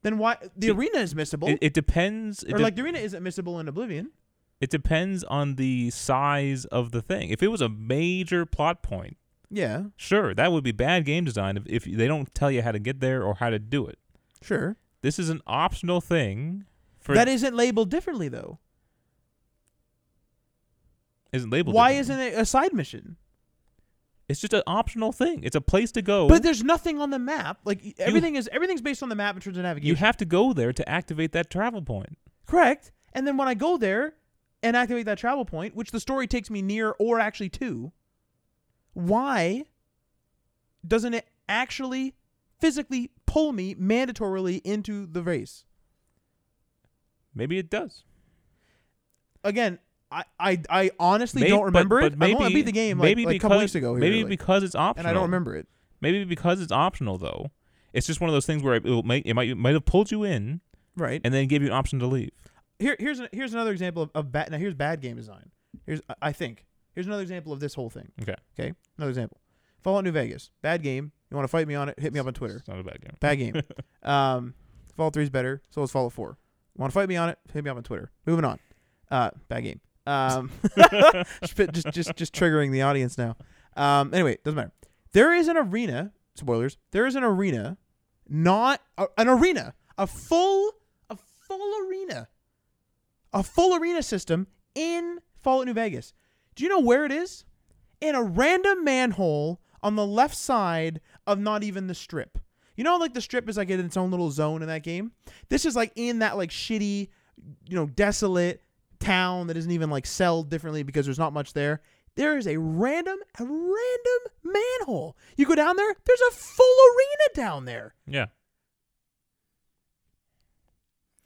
Speaker 2: Then why the
Speaker 1: Be-
Speaker 2: arena is missable,
Speaker 1: It, it depends. It,
Speaker 2: or
Speaker 1: de-
Speaker 2: like the arena isn't missable in Oblivion?
Speaker 1: it depends on the size of the thing. If it was a major plot point,
Speaker 2: Yeah,
Speaker 1: sure, that would be bad game design if, if they don't tell you how to get there or how to do it.
Speaker 2: sure.
Speaker 1: This is an optional thing. For
Speaker 2: that isn't labeled differently though.
Speaker 1: isn't labeled.
Speaker 2: Why
Speaker 1: differently.
Speaker 2: isn't it a side mission?
Speaker 1: It's just an optional thing. It's a place to go.
Speaker 2: But there's nothing on the map. Like everything is everything's based on the map in terms of navigation.
Speaker 1: you have to go there to activate that travel point.
Speaker 2: Correct. And then when I go there and activate that travel point, which the story takes me near or actually to, why doesn't it actually physically pull me mandatorily into the race?
Speaker 1: Maybe it does.
Speaker 2: Again, I I, I honestly
Speaker 1: May-
Speaker 2: don't
Speaker 1: but-
Speaker 2: remember
Speaker 1: but
Speaker 2: it.
Speaker 1: Maybe,
Speaker 2: I only beat the game like,
Speaker 1: maybe
Speaker 2: like, a
Speaker 1: because,
Speaker 2: couple weeks ago here,
Speaker 1: Maybe
Speaker 2: like,
Speaker 1: because it's optional.
Speaker 2: and I don't remember it.
Speaker 1: Maybe because it's optional though. It's just one of those things where it will make it might it might have pulled you in
Speaker 2: Right.
Speaker 1: and then give you an option to leave.
Speaker 2: here here's an, here's another example of, of bad now here's bad game design here's I- i think here's another example of this whole thing
Speaker 1: Okay.
Speaker 2: okay another example fallout new vegas bad game you want to fight me on it hit me up on twitter
Speaker 1: It's not a bad game.
Speaker 2: bad game um fallout 3 is better so is fallout 4 you want to fight me on it hit me up on twitter moving on uh bad game um just just just, just triggering the audience now um anyway doesn't matter there is an arena spoilers there is an arena not a, an arena a full a full arena a full arena system in Fallout New Vegas. Do you know where it is? In a random manhole on the left side of not even the strip. You know, like the strip is like in its own little zone in that game. This is like in that like shitty, you know, desolate town that isn't even like celled differently because there's not much there. There is a random, a random manhole. You go down there. There's a full arena down there.
Speaker 1: Yeah.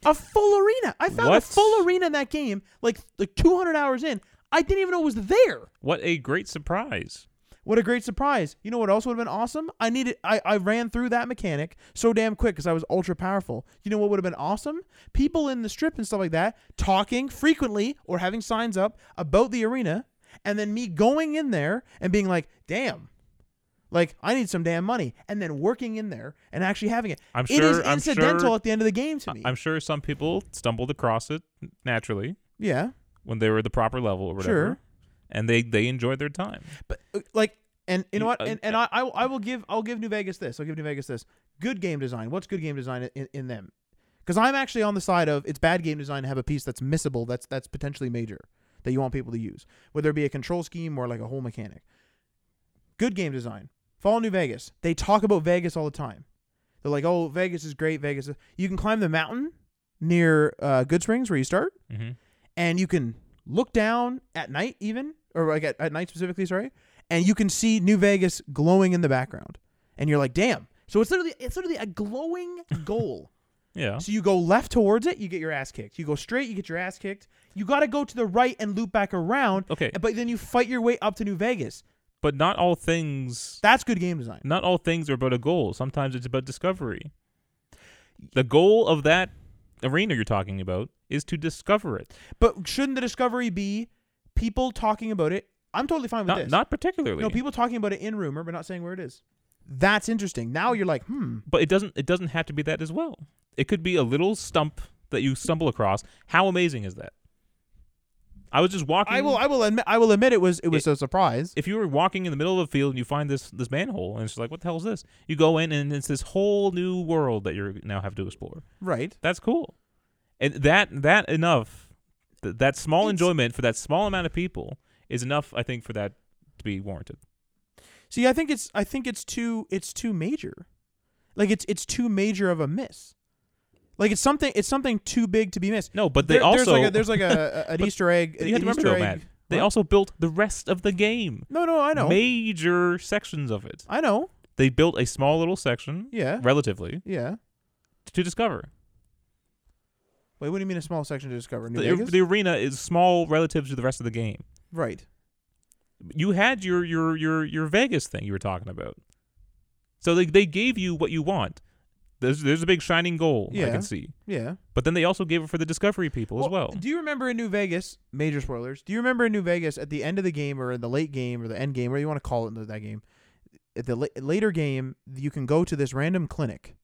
Speaker 2: A full arena. I found a
Speaker 1: What?
Speaker 2: full arena in that game, like like 200 hours in. I didn't even know it was there.
Speaker 1: What a great surprise.
Speaker 2: What a great surprise! You know what else would have been awesome? I needed. I I ran through that mechanic so damn quick because I was ultra powerful. You know what would have been awesome? People in the strip and stuff like that talking frequently or having signs up about the arena, and then me going in there and being like, "Damn." Like I need some damn money, and then working in there and actually having it.
Speaker 1: I'm
Speaker 2: it is
Speaker 1: sure- I'm sure-
Speaker 2: incidental at the end of the game to me.
Speaker 1: I'm sure some people stumbled across it naturally
Speaker 2: yeah,
Speaker 1: when they were at the proper level or whatever.
Speaker 2: Sure.
Speaker 1: And they they enjoyed their time.
Speaker 2: But uh, like, and you know
Speaker 1: You-
Speaker 2: what?
Speaker 1: uh,
Speaker 2: And, and I, I I will give I'll give New Vegas this. I'll give New Vegas this. Good game design. What's good game design in, in them? Because I'm actually on the side of it's bad game design to have a piece that's missable. That's that's potentially major that you want people to use, whether it be a control scheme or like a whole mechanic. Good game design. Fall New Vegas. They talk about Vegas all the time. They're like, oh, Vegas is great. Vegas. Is... You can climb the mountain near uh, Good Springs where you start
Speaker 1: Mm-hmm.
Speaker 2: and you can look down at night even or like at, at night specifically sorry and you can see new vegas glowing in the background and you're like damn so it's literally it's literally a glowing goal
Speaker 1: Yeah.
Speaker 2: so you go left towards it you get your ass kicked you go straight you get your ass kicked you got to go to the right and loop back around
Speaker 1: Okay.
Speaker 2: but then you fight your way up to new vegas
Speaker 1: But not all things
Speaker 2: that's good game design
Speaker 1: not all things are about a goal. Sometimes it's about discovery. The goal of that arena you're talking about is to discover it.
Speaker 2: but shouldn't the discovery be people talking about it i'm totally fine with
Speaker 1: Not,
Speaker 2: this
Speaker 1: not particularly.
Speaker 2: no people talking about it in rumor but not saying where it is that's interesting now you're like hmm
Speaker 1: but it doesn't it doesn't have to be that as well. It could be a little stump that you stumble across. How amazing is that? I was just walking
Speaker 2: I will. I will admit. I will admit it was. It was a surprise.
Speaker 1: if you were walking in the middle of a field and you find this this manhole and it's like what the hell is this? You go in and it's this whole new world that you now have to explore.
Speaker 2: Right.
Speaker 1: That's cool. And that that enough th- that small
Speaker 2: It's-
Speaker 1: enjoyment for that small amount of people is enough I think for that to be warranted.
Speaker 2: See, I think it's. I think it's too. It's too major. Like it's. It's too major of a miss. Like it's something. It's something too big to be missed.
Speaker 1: No, but they
Speaker 2: There-
Speaker 1: also
Speaker 2: There's like a, there's like a, a- an
Speaker 1: But
Speaker 2: Easter egg.
Speaker 1: you have to
Speaker 2: an
Speaker 1: remember
Speaker 2: Easter
Speaker 1: though,
Speaker 2: egg.
Speaker 1: Matt. They
Speaker 2: What?
Speaker 1: also built the rest of the game.
Speaker 2: No, no, I know.
Speaker 1: Major sections of it.
Speaker 2: I know.
Speaker 1: They built a small little section
Speaker 2: Yeah.
Speaker 1: relatively
Speaker 2: Yeah.
Speaker 1: to discover.
Speaker 2: Wait, what do you mean a small section to discover? New
Speaker 1: The,
Speaker 2: Vegas?
Speaker 1: the arena is small relative to the rest of the game.
Speaker 2: right.
Speaker 1: You had your your your your Vegas thing you were talking about. So they they gave you what you want. There's there's a big shining goal I
Speaker 2: Yeah.
Speaker 1: can see.
Speaker 2: Yeah.
Speaker 1: But then they also gave it for the discovery people as well.
Speaker 2: Do you remember in New Vegas? Major spoilers. Do you remember in New Vegas at the end of the game or in the late game or the end game, whatever you want to call it in that game? At the la- later game, you can go to this random clinic,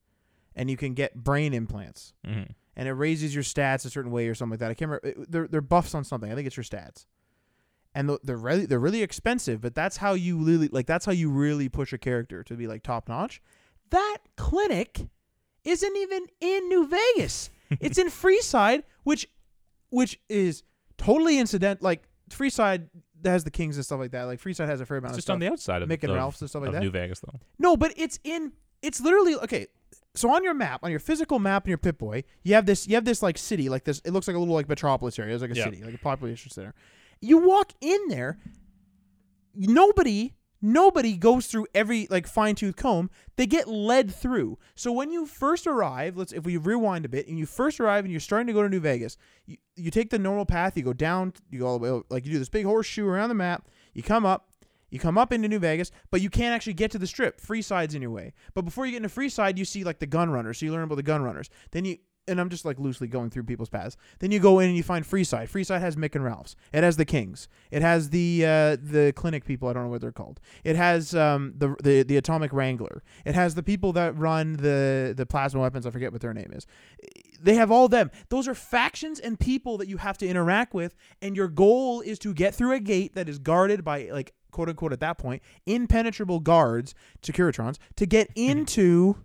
Speaker 2: and you can get brain implants,
Speaker 1: Mhm.
Speaker 2: and it raises your stats a certain way or something like that. I can't remember. it- they're, they're buffs on something. I think it's your stats, and the- they're really they're really expensive. But that's how you really like that's how you really push a character to be like top notch. That clinic isn't even in New Vegas. It's in Freeside, which which is totally incident. Like Freeside has the Kings and stuff like that. Like Freeside has a fair amount
Speaker 1: It's
Speaker 2: of
Speaker 1: just
Speaker 2: stuff.
Speaker 1: on the outside of
Speaker 2: Mick and
Speaker 1: of-
Speaker 2: Ralph's and stuff like
Speaker 1: of
Speaker 2: that.
Speaker 1: New Vegas though.
Speaker 2: no, but it's in. It's literally okay. So on your map, on your physical map in your Pip Boy, you have this. You have this like city, like this. It looks like a little like metropolis area. It's like a
Speaker 1: Yeah.
Speaker 2: city, like a population center. You walk in there. Nobody, nobody goes through every like fine tooth comb. They get led through. So when you first arrive, let's if we rewind a bit, and you first arrive and you're starting to go to New Vegas, you, you take the normal path. You go down. You go all the way over, like you do this big horseshoe around the map. You come up. You come up into New Vegas, but you can't actually get to the strip. Free side's in your way. But before you get into free side, you see like the gun runners. So you learn about the gun runners. Then you and I'm just like loosely going through people's paths. Then you go in and you find free side. Free side has Mick and Ralph's. It has the Kings. It has the uh, the clinic people. I don't know what they're called. It has um, the, the the Atomic Wrangler. It has the people that run the the plasma weapons. I forget what their name is. They have all them. Those are factions and people that you have to interact with, and your goal is to get through a gate that is guarded by like quote unquote at that point impenetrable guards securitrons to get into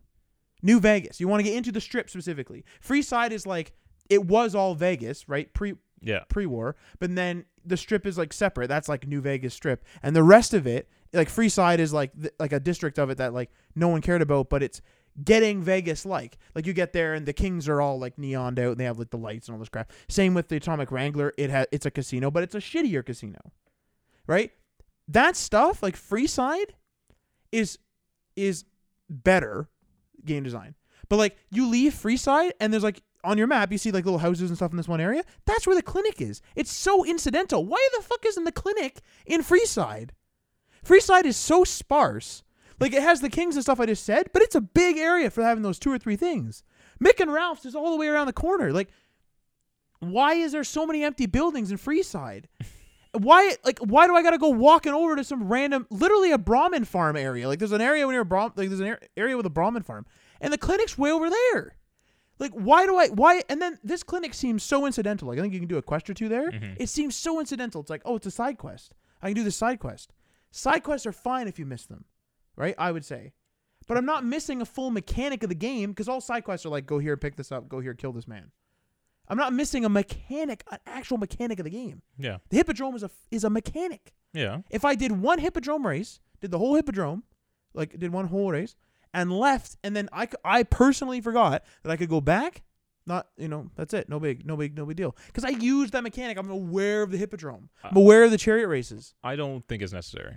Speaker 2: new vegas you want to get into the strip specifically freeside is like it was all vegas right pre
Speaker 1: Yeah.
Speaker 2: pre-war but then the strip is like separate that's like new vegas strip and the rest of it like freeside is like th- like a district of it that like no one cared about but it's getting vegas like like you get there and the kings are all like neoned out and they have like the lights and all this crap same with the atomic wrangler it has it's a casino but it's a shittier casino right that stuff like freeside is is better game design but like you leave freeside and there's like on your map you see like little houses and stuff in this one area that's where the clinic is it's so incidental why the fuck isn't the clinic in freeside freeside is so sparse like it has the kings and stuff i just said but it's a big area for having those two or three things mick and ralph's is all the way around the corner like why is there so many empty buildings in freeside why like why do I gotta go walking over to some random literally a Brahmin farm area? Like there's an area near a Brahm like there's an ar- area with a Brahmin farm. And the clinic's way over there. Like why do I why and then this clinic seems so incidental. Like I think you can do a quest or two there. It seems so incidental. It's like, oh, it's a side quest. I can do the side quest. Side quests are fine if you miss them. Right? I would say. But I'm not missing a full mechanic of the game because all side quests are like go here, pick this up, go here, kill this man. I'm not missing a mechanic, an actual mechanic of the game.
Speaker 1: Yeah.
Speaker 2: The hippodrome is a is a mechanic.
Speaker 1: Yeah.
Speaker 2: If I did one hippodrome race, did the whole hippodrome, like did one whole race, and left, and then I, c- I personally forgot that I could go back. Not you know that's it. No big, no big, no big deal. Because I used that mechanic. I'm aware of the hippodrome.
Speaker 1: Uh,
Speaker 2: I'm aware of the chariot races.
Speaker 1: I don't think it's necessary.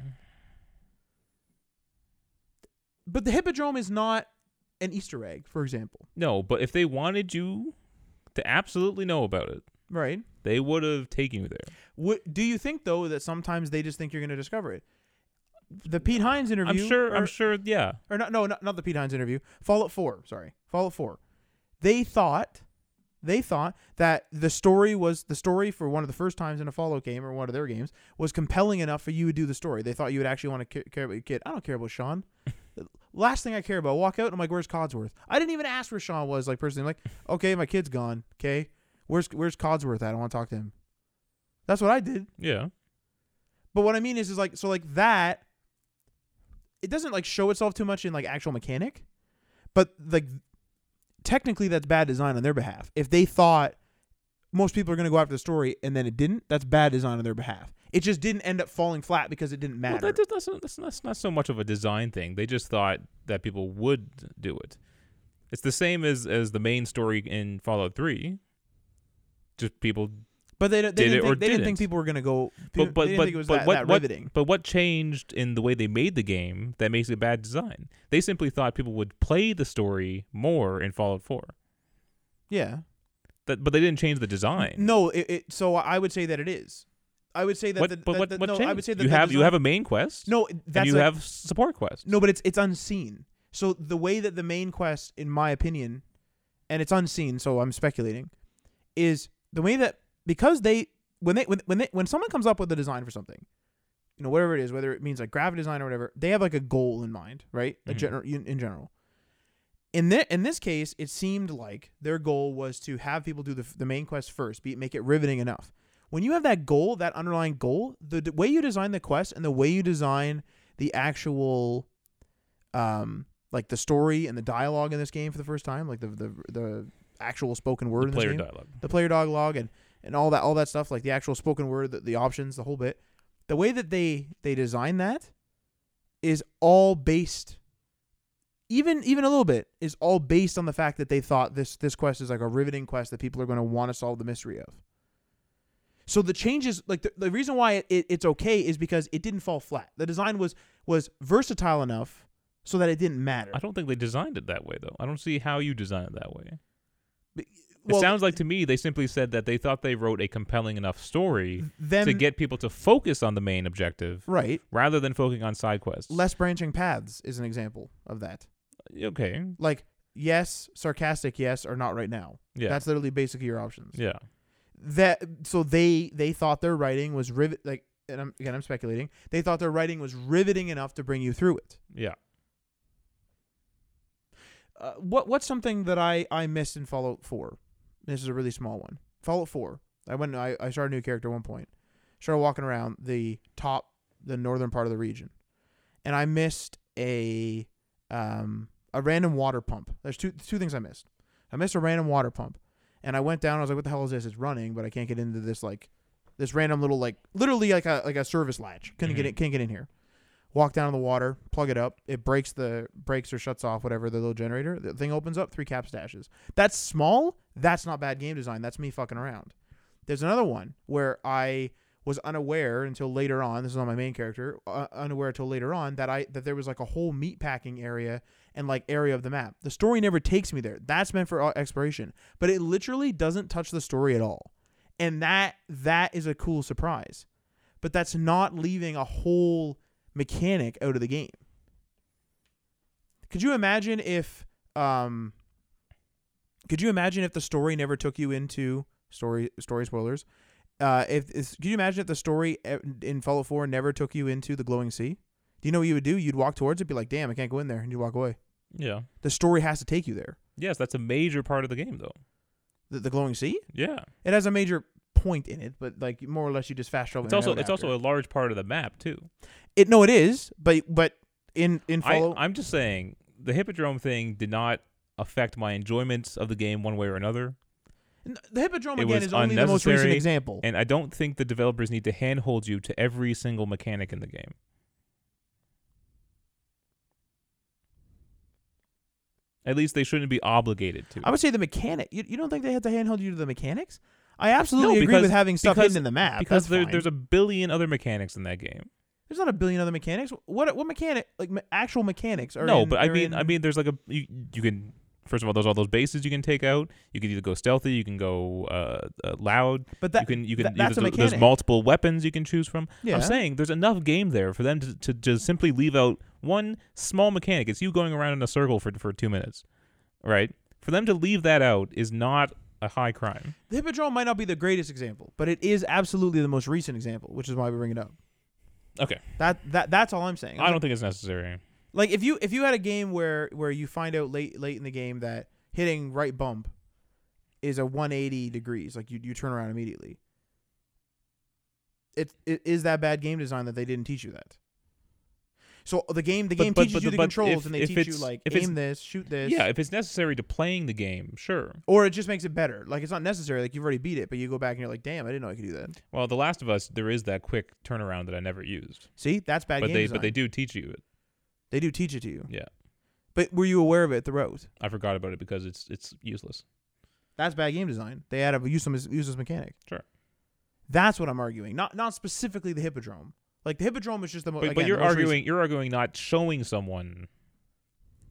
Speaker 2: But the hippodrome is not an Easter egg, for example.
Speaker 1: No, but if they wanted you to absolutely know about it,
Speaker 2: Right?
Speaker 1: they would have taken you there.
Speaker 2: What do you think though that sometimes they just think you're going to discover it? The Pete Hines interview.
Speaker 1: I'm sure. I'm
Speaker 2: or-
Speaker 1: sure. Yeah.
Speaker 2: or not, no, not, not the Pete Hines interview. Fallout Four, sorry, Fallout Four. They thought, they thought that the story was the story for one of the first times in a Fallout game or one of their games was compelling enough for you to do the story. They thought you would actually want to ca- care about your kid. I don't care about Sean. Last thing I care about, walk out and I'm like, where's Codsworth? I didn't even ask where Sean was. Like personally, I'm like, okay, my kid's gone. Okay, where's where's Codsworth at? I want to talk to him. That's what I did.
Speaker 1: Yeah.
Speaker 2: But what I mean is, is like so like that. It doesn't like show itself too much in like actual mechanic, but like technically that's bad design on their behalf. If they thought most people are going to go after the story and then it didn't, that's bad design on their behalf. It just didn't end up falling flat because it didn't matter.
Speaker 1: Well, that, that's, not, that's, not, that's not so much of a design thing. They just thought that people would do it. It's the same as as the main story in Fallout Three. Just people,
Speaker 2: but they, don't- they
Speaker 1: did
Speaker 2: didn't
Speaker 1: it
Speaker 2: think,
Speaker 1: or
Speaker 2: they didn't think
Speaker 1: didn't.
Speaker 2: people were going to go.
Speaker 1: but
Speaker 2: they
Speaker 1: but
Speaker 2: didn't
Speaker 1: but,
Speaker 2: think it was
Speaker 1: but
Speaker 2: that,
Speaker 1: what
Speaker 2: that
Speaker 1: what
Speaker 2: riveting.
Speaker 1: but what changed in the way they made the game that makes it a bad design? They simply thought people would play the story more in Fallout Four.
Speaker 2: Yeah,
Speaker 1: That, but they didn't change the design.
Speaker 2: No, it, it. So I would say that it is. I would say that.
Speaker 1: what,
Speaker 2: the,
Speaker 1: but
Speaker 2: that
Speaker 1: what,
Speaker 2: the-
Speaker 1: what
Speaker 2: no,
Speaker 1: changed?
Speaker 2: I would say that
Speaker 1: you
Speaker 2: the
Speaker 1: have you
Speaker 2: design-
Speaker 1: have a main quest.
Speaker 2: No,
Speaker 1: and
Speaker 2: that's
Speaker 1: you
Speaker 2: like-
Speaker 1: have support quests.
Speaker 2: no, but it's it's unseen. So the way that the main quest, in my opinion, and it's unseen, so I'm speculating, is the way that because they when they when when they when someone comes up with a design for something, you know whatever it is, whether it means like graphic design or whatever, they have like a goal in mind, right? Like
Speaker 1: Mhm.
Speaker 2: gener- in, in general. In, thi- in this case, it seemed like their goal was to have people do the, f- the main quest first, be, make it riveting enough. When you have that goal, that underlying goal, the d- way you design the quest and the way you design the actual um like the story and the dialogue in this game for the first time, like the the, the actual spoken word
Speaker 1: the
Speaker 2: in this
Speaker 1: player
Speaker 2: game,
Speaker 1: dialogue.
Speaker 2: the player dog log and and all that all that stuff, like the actual spoken word, the, the options, the whole bit. The way that they they design that is all based even even a little bit is all based on the fact that they thought this this quest is like a riveting quest that people are going to want to solve the mystery of. So the changes, like the, the reason why it, it, it's okay is because it didn't fall flat. The design was was versatile enough so that it didn't matter.
Speaker 1: I don't think they designed it that way though. I don't see how you design it that way.
Speaker 2: Well,
Speaker 1: it sounds like to me they simply said that they thought they wrote a compelling enough story
Speaker 2: them
Speaker 1: to get people to focus on the main objective
Speaker 2: right.
Speaker 1: rather than focusing on side quests.
Speaker 2: Less branching paths is an example of that.
Speaker 1: okay.
Speaker 2: Like yes, sarcastic yes or not right now.
Speaker 1: Yeah.
Speaker 2: That's literally basically your options.
Speaker 1: yeah.
Speaker 2: that so they they thought their writing was rivet like and I'm, again I'm speculating they thought their writing was riveting enough to bring you through it.
Speaker 1: Yeah.
Speaker 2: Uh, what what's something that I I missed in Fallout Four? This is a really small one. Fallout Four. I went I I started a new character at one point. Started walking around the top the northern part of the region, and I missed a um a random water pump. There's two two things I missed. I missed a random water pump, and I went down. I was like, "What the hell is this? It's running, but I can't get into this like this random little like literally like a like a service latch. Couldn't get
Speaker 1: Mhm.
Speaker 2: it. Can't get in here." Walk down to the water, plug it up. It breaks the breaks or shuts off whatever the little generator. The thing opens up three cap stashes. That's small. That's not bad game design. That's me fucking around. There's another one where I was unaware until later on. This is on my main character, uh, unaware until later on that I that there was like a whole meat packing area and like area of the map. The story never takes me there. That's meant for uh, exploration, but it literally doesn't touch the story at all. And that that is a cool surprise. But that's not leaving a whole mechanic out of the game. Could you imagine if um could you imagine if the story never took you into story story spoilers? Uh, if, is could you imagine if the story e- in Fallout 4 never took you into the glowing sea? Do you know what you would do? You'd walk towards it, be like, "Damn, I can't go in there," and you walk away.
Speaker 1: Yeah.
Speaker 2: The story has to take you there.
Speaker 1: Yes, that's a major part of the game though.
Speaker 2: The, the glowing sea.
Speaker 1: Yeah.
Speaker 2: It has a major point in it, but like more or less, you just fast travel.
Speaker 1: It's also it's also a large part of the map too.
Speaker 2: it. No, it is, but but in in
Speaker 1: I,
Speaker 2: Fallout,
Speaker 1: I'm just saying the hippodrome thing did not affect my enjoyment of the game one way or another,
Speaker 2: N- the hippodrome
Speaker 1: it
Speaker 2: again
Speaker 1: was
Speaker 2: is only the most recent
Speaker 1: unnecessary
Speaker 2: example.
Speaker 1: and I don't think the developers need to handhold you to every single mechanic in the game. At least they shouldn't be obligated to.
Speaker 2: I would say the mechanic. You, you don't think they had to handhold you to the mechanics? I absolutely agree
Speaker 1: because-
Speaker 2: with having stuff
Speaker 1: because-
Speaker 2: hidden in the map
Speaker 1: because
Speaker 2: That's
Speaker 1: there,
Speaker 2: fine.
Speaker 1: there's a billion other mechanics in that game.
Speaker 2: There's not a billion other mechanics. What what mechanic like me- actual mechanics are
Speaker 1: no,
Speaker 2: in-
Speaker 1: but I
Speaker 2: are
Speaker 1: mean,
Speaker 2: in-
Speaker 1: I mean, there's like a you, you can first of all, there's all those bases you can take out. You can either go stealthy, you can go uh, uh, loud,
Speaker 2: but that
Speaker 1: you can you
Speaker 2: tha-
Speaker 1: can
Speaker 2: that's a
Speaker 1: there's, there's
Speaker 2: mechanic.
Speaker 1: multiple weapons you can choose from.
Speaker 2: yeah.
Speaker 1: I'm saying there's enough game there for them to, to just simply leave out one small mechanic. It's you going around in a circle for for two minutes, right? For them to leave that out is not a high crime.
Speaker 2: the hippodrome might not be the greatest example, but it is absolutely the most recent example, which is why we bring it up.
Speaker 1: Okay,
Speaker 2: That that that's all I'm saying. I'm
Speaker 1: I don't think it's necessary.
Speaker 2: Like if you if you had a game where where you find out late late in the game that hitting right bump is a 180 degrees, like you you turn around immediately. It, it is that bad game design that they didn't teach you that. So the game the
Speaker 1: But-
Speaker 2: game
Speaker 1: but-
Speaker 2: teaches
Speaker 1: but-
Speaker 2: you the
Speaker 1: but
Speaker 2: controls
Speaker 1: if-
Speaker 2: and they
Speaker 1: if
Speaker 2: teach you
Speaker 1: it's-
Speaker 2: like
Speaker 1: if it's-
Speaker 2: aim this, shoot this,
Speaker 1: Yeah, if it's necessary to playing the game, sure.
Speaker 2: or it just makes it better. Like it's not necessary. Like you've already beat it, but you go back and you're like, damn, I didn't know I could do that.
Speaker 1: Well, The Last of Us, there is that quick turnaround that I never used,
Speaker 2: See, that's bad
Speaker 1: but
Speaker 2: game
Speaker 1: they
Speaker 2: design.
Speaker 1: but they do teach you it.
Speaker 2: they do teach it to you.
Speaker 1: Yeah.
Speaker 2: But were you aware of it throughout?
Speaker 1: I forgot about it because it's it's useless.
Speaker 2: That's bad game design. They add a useless useless mechanic.
Speaker 1: Sure.
Speaker 2: That's what I'm arguing. Not not specifically the hippodrome. Like the hippodrome is just the most.
Speaker 1: But, but you're arguing you're arguing not showing someone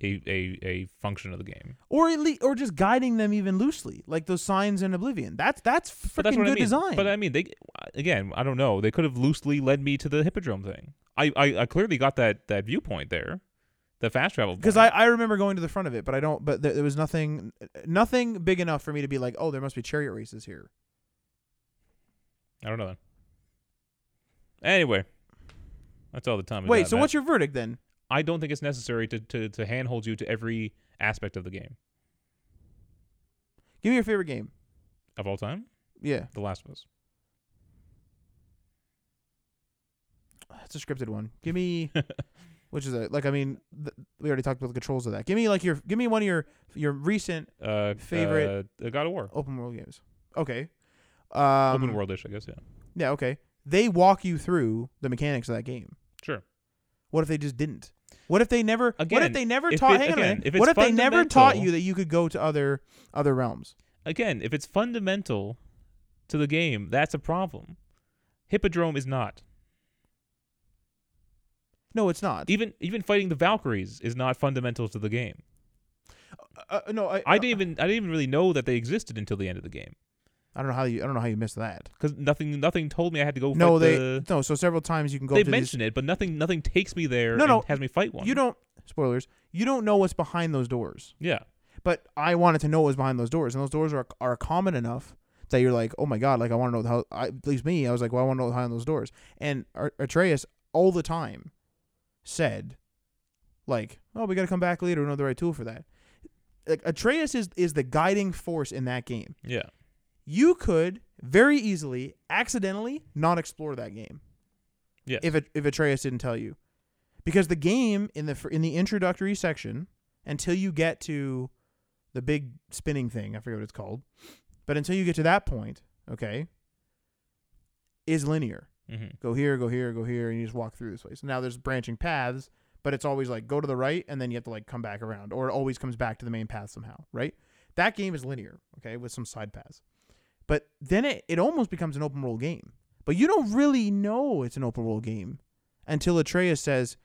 Speaker 1: a, a, a function of the game.
Speaker 2: or at least, or just guiding them even loosely, like those signs in Oblivion. That's that's freaking
Speaker 1: But that's what
Speaker 2: good
Speaker 1: I mean.
Speaker 2: design.
Speaker 1: But I mean, they again, I don't know. They could have loosely led me to the hippodrome thing. I, I, I clearly got that that viewpoint there, the fast travel.
Speaker 2: because I,
Speaker 1: point.
Speaker 2: I remember going to the front of it, but I don't. But there, there was nothing, nothing big enough for me to be like, oh, there must be chariot races here.
Speaker 1: I don't know. Then. Anyway, that's all the time. we
Speaker 2: Wait,
Speaker 1: got,
Speaker 2: so
Speaker 1: Matt.
Speaker 2: what's your verdict then?
Speaker 1: I don't think it's necessary to to to handhold you to every aspect of the game
Speaker 2: Give me your favorite game.
Speaker 1: of all time.
Speaker 2: Yeah,
Speaker 1: The Last of Us.
Speaker 2: it's a scripted one. Give me, which is a like I mean, th- we already talked about the controls of that. Give me like your, give me one of your your recent
Speaker 1: Uh,
Speaker 2: Favorite-
Speaker 1: uh, God of War.
Speaker 2: open world games. Okay. Um,
Speaker 1: Open worldish, I guess. Yeah.
Speaker 2: Yeah. Okay. They walk you through the mechanics of that game.
Speaker 1: Sure.
Speaker 2: What if they just didn't? What if they never? what
Speaker 1: Again,
Speaker 2: if they never
Speaker 1: if
Speaker 2: taught?
Speaker 1: it-
Speaker 2: hang on a
Speaker 1: again,
Speaker 2: minute.
Speaker 1: if
Speaker 2: what
Speaker 1: it's
Speaker 2: if they never taught
Speaker 1: fundamental-
Speaker 2: you that you could go to other other realms?
Speaker 1: Again, if it's fundamental to the game, that's a problem. Hippodrome is not.
Speaker 2: No, it's not.
Speaker 1: Even even fighting the Valkyries is not fundamental to the game.
Speaker 2: Uh, uh, no, I,
Speaker 1: I didn't even I didn't even really know that they existed until the end of the game
Speaker 2: I don't know how you. I don't know how you missed that.
Speaker 1: because nothing nothing told me I had to go.
Speaker 2: no,
Speaker 1: fight
Speaker 2: they.
Speaker 1: the,
Speaker 2: no, so several times you can go.
Speaker 1: they
Speaker 2: to these,
Speaker 1: mention it, but nothing nothing takes me there.
Speaker 2: No,
Speaker 1: and
Speaker 2: no,
Speaker 1: has me fight one.
Speaker 2: You don't. Spoilers. You don't know what's behind those doors.
Speaker 1: Yeah,
Speaker 2: but I wanted to know what was behind those doors, and those doors are are common enough that you're like, oh my god, like I want to know how. I, at least me, I was like, well, I want to know what's behind those doors. And Ar- Atreus all the time said, like, oh, we got to come back later. We know the right tool for that. Like Atreus is is the guiding force in that game.
Speaker 1: yeah.
Speaker 2: You could very easily, accidentally, not explore that game.
Speaker 1: Yes.
Speaker 2: If it, if Atreus didn't tell you, because the game in the fir- in the introductory section until you get to the big spinning thing, I forget what it's called, but until you get to that point, okay, is linear.
Speaker 1: hmm
Speaker 2: Go here, go here, go here, and you just walk through this place. Now there's branching paths, but it's always like go to the right and then you have to like come back around, or it always comes back to the main path somehow, right? That game is linear, okay, with some side paths. But then it, it almost becomes an open world game. But you don't really know it's an open world game until Atreus says,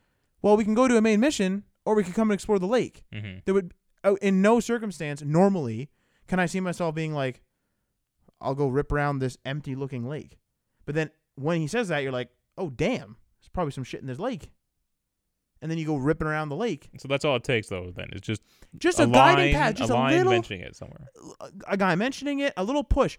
Speaker 2: Well, we can go to a main mission, or we can come and explore the lake
Speaker 1: hmm
Speaker 2: there would oh, in no circumstance normally can I see myself being like, I'll go rip around this empty looking lake. But then when he says that, you're like, oh damn, there's probably some shit in this lake. And then you go ripping around the lake.
Speaker 1: So that's all it takes, though. Then it's just
Speaker 2: Just
Speaker 1: a,
Speaker 2: a, guiding
Speaker 1: line,
Speaker 2: path, just a,
Speaker 1: line
Speaker 2: little
Speaker 1: mentioning it somewhere.
Speaker 2: a guy mentioning it, a little push.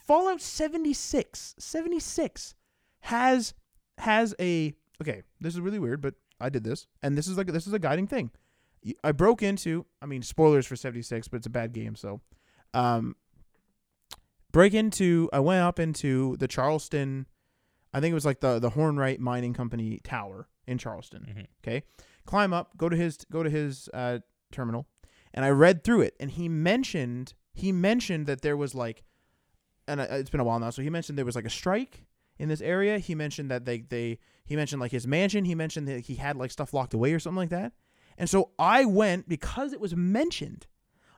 Speaker 2: Fallout 76, 76 has has a okay, this is really weird, but I did this and this is like this is a guiding thing. You- I broke into, I mean spoilers for 76, but it's a bad game, so um break into I went up into the Charleston I think it was like the the Hornwright Mining Company tower in Charleston
Speaker 1: hmm
Speaker 2: climb up, go to his go to his uh, terminal, and I read through it, and he mentioned he mentioned that there was like, and uh, it's been a while now, so he mentioned there was like a strike in this area. He mentioned that they they he mentioned like his mansion. He mentioned that he had like stuff locked away or something like that. And so I went because it was mentioned.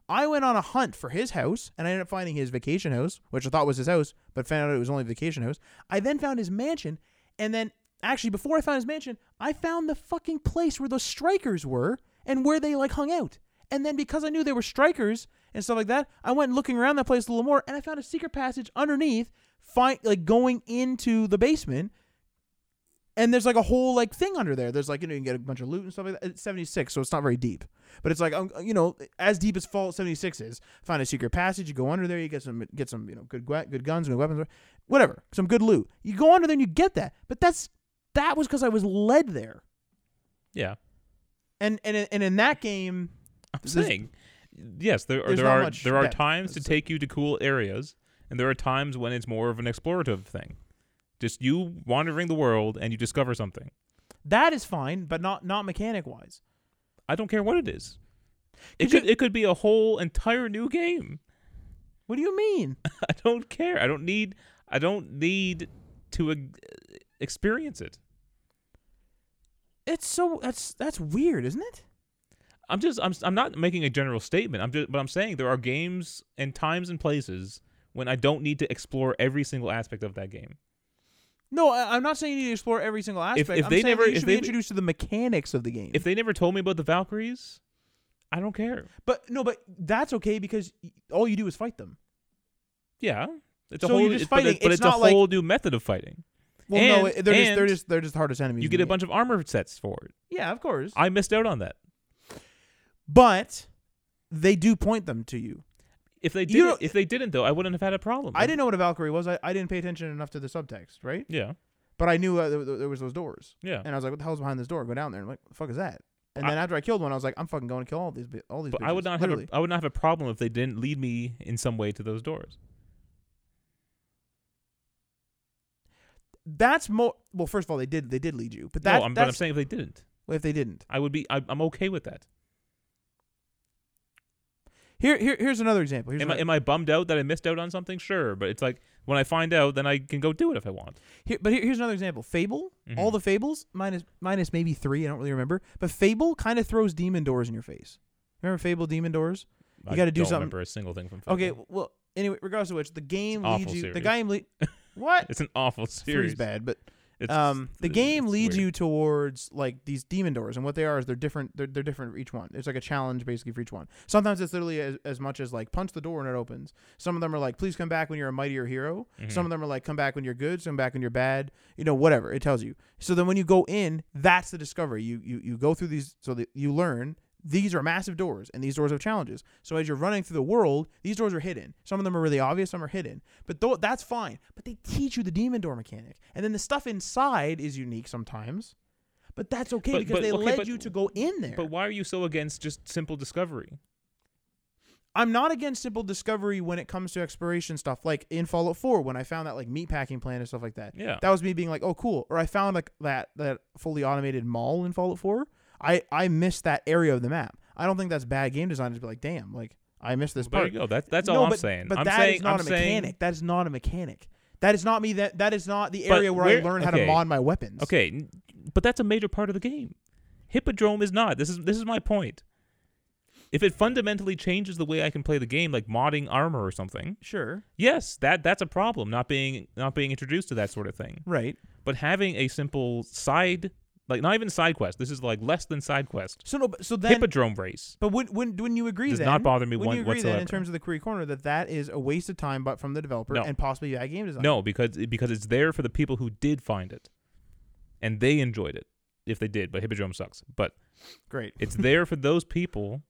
Speaker 2: I went on a hunt for his house, and I ended up finding his vacation house, which I thought was his house, but found out it was only a vacation house. I then found his mansion, and then actually before I found his mansion, I found the fucking place where those strikers were and where they like hung out. And then because I knew they were strikers and stuff like that, I went looking around that place a little more and I found a secret passage underneath, find like going into the basement. And there's like a whole like thing under there. There's like you know you can get a bunch of loot and stuff like that. It's 76, so it's not very deep, but it's like um, you know as deep as Fallout 76 is. Find a secret passage, you go under there, you get some get some you know good gua- good guns, good weapons, whatever, some good loot. You go under there and you get that, but that's that was because I was led there.
Speaker 1: Yeah,
Speaker 2: And and and in that game,
Speaker 1: I'm
Speaker 2: There's-
Speaker 1: saying yes. There are
Speaker 2: there's
Speaker 1: there
Speaker 2: not
Speaker 1: are
Speaker 2: much
Speaker 1: there are
Speaker 2: depth.
Speaker 1: times to
Speaker 2: It's-
Speaker 1: take you to cool areas, and there are times when it's more of an explorative thing. Just you wandering the world and you discover something.
Speaker 2: that is fine, but not not mechanic wise.
Speaker 1: I don't care what it is. It
Speaker 2: Could you-
Speaker 1: could it could be a whole entire new game.
Speaker 2: What do you mean?
Speaker 1: I don't care. I don't need I don't need to e- experience it.
Speaker 2: It's so that's that's weird, isn't it?
Speaker 1: I'm just I'm I'm not making a general statement. I'm just but I'm saying there are games and times and places when I don't need to explore every single aspect of that game.
Speaker 2: No, I, I'm not saying you need to explore every single aspect.
Speaker 1: if
Speaker 2: I'm
Speaker 1: they
Speaker 2: saying that
Speaker 1: never-
Speaker 2: you
Speaker 1: if
Speaker 2: should be
Speaker 1: they-
Speaker 2: introduced to the mechanics of the game.
Speaker 1: If they never told me about the Valkyries, I don't care.
Speaker 2: But no, but that's okay because y- all you do is fight them.
Speaker 1: Yeah, it's a
Speaker 2: So
Speaker 1: whole.
Speaker 2: you're just
Speaker 1: it's- but it-
Speaker 2: fighting.
Speaker 1: but
Speaker 2: It's
Speaker 1: it's,
Speaker 2: not
Speaker 1: a
Speaker 2: like-
Speaker 1: whole new method of fighting.
Speaker 2: Well, no,
Speaker 1: And-
Speaker 2: they're just they're
Speaker 1: and
Speaker 2: just they're just hardest enemies.
Speaker 1: You
Speaker 2: in
Speaker 1: get a
Speaker 2: the
Speaker 1: bunch of armor sets for it.
Speaker 2: game. Yeah, of course.
Speaker 1: I missed out on that.
Speaker 2: but they do point them to you.
Speaker 1: If they
Speaker 2: You
Speaker 1: didn't,
Speaker 2: don't-
Speaker 1: if they didn't though, I wouldn't have had a problem.
Speaker 2: I didn't know what a Valkyrie was. I, I didn't pay attention enough to the subtext, right?
Speaker 1: Yeah,
Speaker 2: But I knew uh, there, there was those doors,
Speaker 1: yeah.
Speaker 2: and I was like, "What the hell's behind this door?" Go down there. I'm like, "What the fuck is that?" And
Speaker 1: I-
Speaker 2: then after I killed one, I was like, "I'm fucking going to kill all these bi- all these."
Speaker 1: But I would
Speaker 2: bitches,"
Speaker 1: not
Speaker 2: literally.
Speaker 1: have. A, I would not have a problem if they didn't lead me in some way to those doors.
Speaker 2: That's more. Well, first of all, they did they did lead you, but that
Speaker 1: no, I'm, but I'm
Speaker 2: that's
Speaker 1: saying if they didn't,
Speaker 2: if they didn't.
Speaker 1: I would be. I, I'm okay with that.
Speaker 2: Here, here here's another example. Here's
Speaker 1: Am I,
Speaker 2: another-
Speaker 1: am I bummed out that I missed out on something? Sure, but it's like when I find out, then I can go do it if I want.
Speaker 2: Here, but here, here's another example. Fable, all
Speaker 1: Mhm.
Speaker 2: the fables minus minus maybe three. I don't really remember, but Fable kind of throws demon doors in your face. Remember Fable demon doors? You
Speaker 1: I
Speaker 2: gotta do
Speaker 1: don't
Speaker 2: something-
Speaker 1: Remember a single thing from.
Speaker 2: Okay,
Speaker 1: Fable.
Speaker 2: well anyway, regardless of which, the game
Speaker 1: It's an
Speaker 2: leads
Speaker 1: awful
Speaker 2: you. The
Speaker 1: series.
Speaker 2: game lead what?
Speaker 1: it's an awful
Speaker 2: Three's
Speaker 1: series.
Speaker 2: bad, but
Speaker 1: It's-
Speaker 2: um, the
Speaker 1: it's
Speaker 2: game leads
Speaker 1: weird.
Speaker 2: you towards like these demon doors, and what they are is they're different. They're, they're different for each one. It's like a challenge basically for each one. Sometimes it's literally as, as much as like punch the door and it opens. Some of them are like, please come back when you're a mightier hero.
Speaker 1: Mm-hmm.
Speaker 2: Some of them are like, come back when you're good. Some back when you're bad. You know, whatever it tells you. So then when you go in, that's the discovery. You you you go through these, so that you learn. These are massive doors, and these doors have challenges. So as you're running through the world, these doors are hidden. Some of them are really obvious, some are hidden. But though that's fine. But they teach you the demon door mechanic, and then the stuff inside is unique sometimes. But that's okay
Speaker 1: But-
Speaker 2: because
Speaker 1: but-
Speaker 2: they
Speaker 1: okay,
Speaker 2: led
Speaker 1: but-
Speaker 2: you to go in there.
Speaker 1: But why are you so against just simple discovery?
Speaker 2: I'm not against simple discovery when it comes to exploration stuff, like in Fallout 4 when I found that like meatpacking plant and stuff like that.
Speaker 1: Yeah.
Speaker 2: That was me being like, oh cool. Or I found like that that fully automated mall in Fallout 4. I I missed that area of the map. I don't think that's bad game design. Just be like, damn, like I missed this
Speaker 1: Well, there
Speaker 2: part.
Speaker 1: you go. That's that's
Speaker 2: no,
Speaker 1: all
Speaker 2: but,
Speaker 1: I'm saying.
Speaker 2: But
Speaker 1: I'm
Speaker 2: that
Speaker 1: saying
Speaker 2: is not
Speaker 1: I'm
Speaker 2: a
Speaker 1: saying-
Speaker 2: mechanic. That is not a mechanic. That is not me. That that is not the
Speaker 1: But
Speaker 2: area where,
Speaker 1: where-
Speaker 2: I learn how to
Speaker 1: okay.
Speaker 2: mod my weapons.
Speaker 1: Okay, n- but that's a major part of the game. Hippodrome is not. This is this is my point. If it fundamentally changes the way I can play the game, like modding armor or something,
Speaker 2: sure,
Speaker 1: yes, that that's a problem. Not being not being introduced to that sort of thing.
Speaker 2: right.
Speaker 1: But having a simple side, like not even side quest. This is like less than side quest.
Speaker 2: So no, but so then
Speaker 1: Hippodrome race.
Speaker 2: But wouldn't wouldn't, wouldn't you agree
Speaker 1: Does
Speaker 2: then?
Speaker 1: not bother me
Speaker 2: wouldn't
Speaker 1: one-
Speaker 2: you agree then in
Speaker 1: whatsoever.
Speaker 2: terms of the query corner that that is a waste of time, but from the developer
Speaker 1: No.
Speaker 2: and possibly bad game design?
Speaker 1: No, because because it's there for the people who did find it, and they enjoyed it if they did. But Hippodrome sucks. But
Speaker 2: great.
Speaker 1: It's there for those people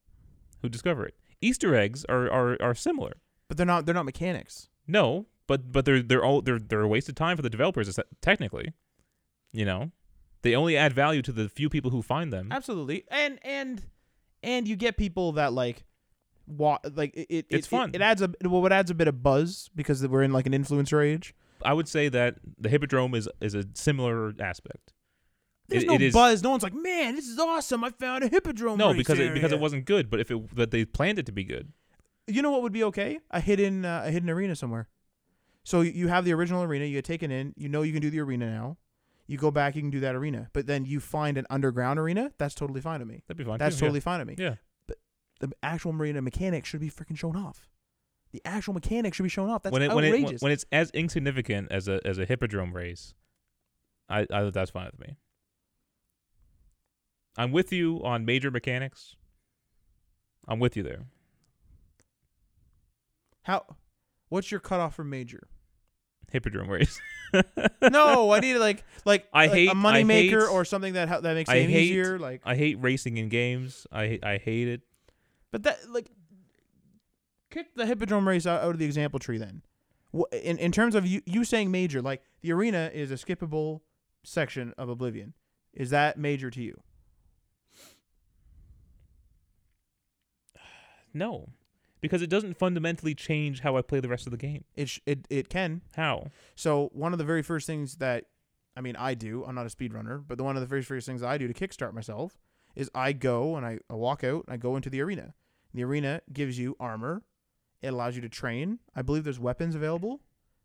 Speaker 1: who discover it. Easter eggs are are, are similar.
Speaker 2: But they're not they're not mechanics.
Speaker 1: No, but but they're they're all they're they're a waste of time for the developers es- technically. You know, they only add value to the few people who find them.
Speaker 2: Absolutely, and and and you get people that like. Wa- like it, it
Speaker 1: It's
Speaker 2: it-
Speaker 1: fun.
Speaker 2: It, adds a well, it adds a bit of buzz because we're in like an influencer age.
Speaker 1: I would say that the Hippodrome is is a similar aspect.
Speaker 2: There's
Speaker 1: It-
Speaker 2: no
Speaker 1: it is-
Speaker 2: buzz. No one's like, man, this is awesome. I found a hippodrome.
Speaker 1: No,
Speaker 2: race
Speaker 1: because it, because it
Speaker 2: area."
Speaker 1: wasn't good. But if it that they planned it to be good,
Speaker 2: You know what would be okay? A hidden uh, a hidden arena somewhere. So you- you have the original arena, you get taken in, you know you can do the arena now. You go back, you can do that arena. But then you find an underground arena, that's totally fine to me.
Speaker 1: that'd be fine.
Speaker 2: That's
Speaker 1: too, yeah.
Speaker 2: totally fine to me.
Speaker 1: Yeah.
Speaker 2: But the actual marina mechanic should be freaking shown off. The actual mechanic should be shown off. That's
Speaker 1: when it, when, it,
Speaker 2: outrageous.
Speaker 1: when- when it's as insignificant as a as a hippodrome race, I, I that's fine with me. I'm with you on major mechanics. I'm with you there.
Speaker 2: How what's your cutoff for major?
Speaker 1: Hippodrome race.
Speaker 2: no, I need like like
Speaker 1: I
Speaker 2: like
Speaker 1: hate-
Speaker 2: a
Speaker 1: I
Speaker 2: moneymaker
Speaker 1: hate-
Speaker 2: or something that ha- that makes
Speaker 1: I
Speaker 2: it
Speaker 1: hate-
Speaker 2: easier. Like
Speaker 1: I hate racing in games. I I hate it.
Speaker 2: But that like kick the hippodrome race out, out of the example tree then. Wh- In in terms of you you saying major, like the arena is a skippable section of Oblivion. Is that major to you?
Speaker 1: No, because it doesn't fundamentally change how I play the rest of the game.
Speaker 2: It sh- it it can.
Speaker 1: How?
Speaker 2: So one of the very first things that I mean I do, I'm not a speedrunner, but the one of the very first things I do to kickstart myself is I go and I, I walk out and I go into the arena. The arena gives you armor. It allows you to train. I believe there's weapons available.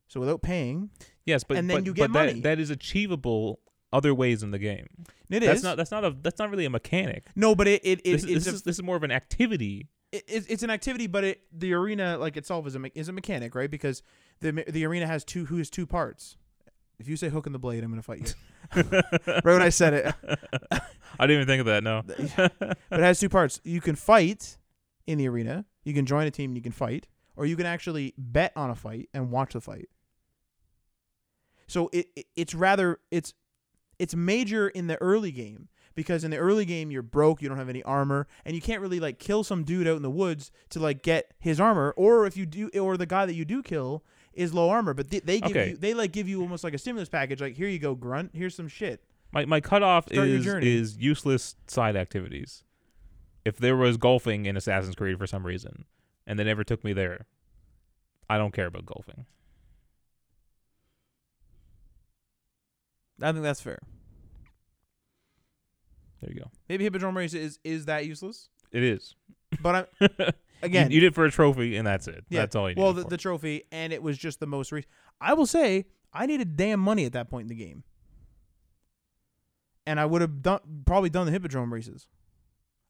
Speaker 2: So without paying,
Speaker 1: Yes, but
Speaker 2: And then
Speaker 1: but-
Speaker 2: you get
Speaker 1: but
Speaker 2: money.
Speaker 1: That, that is achievable other ways in the game.
Speaker 2: it is
Speaker 1: that's not that's not a that's not really a mechanic.
Speaker 2: no, but it it, it
Speaker 1: this, is-
Speaker 2: it's
Speaker 1: this
Speaker 2: a-
Speaker 1: is this is more of an activity.
Speaker 2: it, it's it's an activity, but it the arena like itself is a me- is a mechanic, right? Because the me- the arena has two who has two parts, If you say hook in the blade, I'm gonna fight you. right when I said it.
Speaker 1: I didn't even think of that. No.
Speaker 2: But it has two parts. You can fight in the arena. You can join a team and you can fight, or you can actually bet on a fight and watch the fight. So it, it it's rather it's it's major in the early game because in the early game you're broke, you don't have any armor, and you can't really like kill some dude out in the woods to like get his armor, or if you do, or the guy that you do kill is low armor, but they, they give
Speaker 1: Okay.
Speaker 2: you they like give you almost like a stimulus package, like here you go, grunt, here's some shit.
Speaker 1: My my cutoff
Speaker 2: Start your
Speaker 1: is
Speaker 2: journey.
Speaker 1: is useless side activities. If there was golfing in Assassin's Creed for some reason, and they never took me there, I don't care about golfing.
Speaker 2: I think that's fair.
Speaker 1: There you go.
Speaker 2: Maybe Hippodrome Race is is that useless,
Speaker 1: It is.
Speaker 2: but I'm
Speaker 1: You-
Speaker 2: again
Speaker 1: you, did it for a trophy, and that's it.
Speaker 2: Yeah.
Speaker 1: That's all you need.
Speaker 2: well the, the trophy and it was just the most recent i will say i needed damn money at that point in the game and i would have done probably done the hippodrome races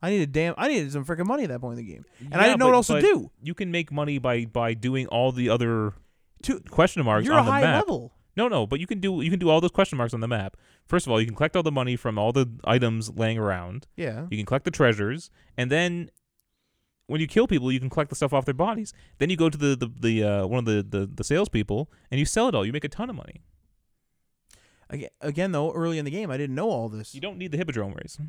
Speaker 2: i needed damn i needed some freaking money at that point in the game and i didn't know what else to do
Speaker 1: You can make money by by doing all the other
Speaker 2: to
Speaker 1: question marks
Speaker 2: you're
Speaker 1: on
Speaker 2: a
Speaker 1: the
Speaker 2: high
Speaker 1: map.
Speaker 2: level
Speaker 1: No, no, but you can do you can do all those question marks on the map. First of all, you can collect all the money from all the items laying around.
Speaker 2: yeah
Speaker 1: You can collect the treasures, and then when you kill people, you can collect the stuff off their bodies. Then you go to the the, the uh, one of the, the the salespeople, and you sell it all. You make a ton of money.
Speaker 2: again, again though early in the game i didn't know all this
Speaker 1: You don't need the hippodrome race.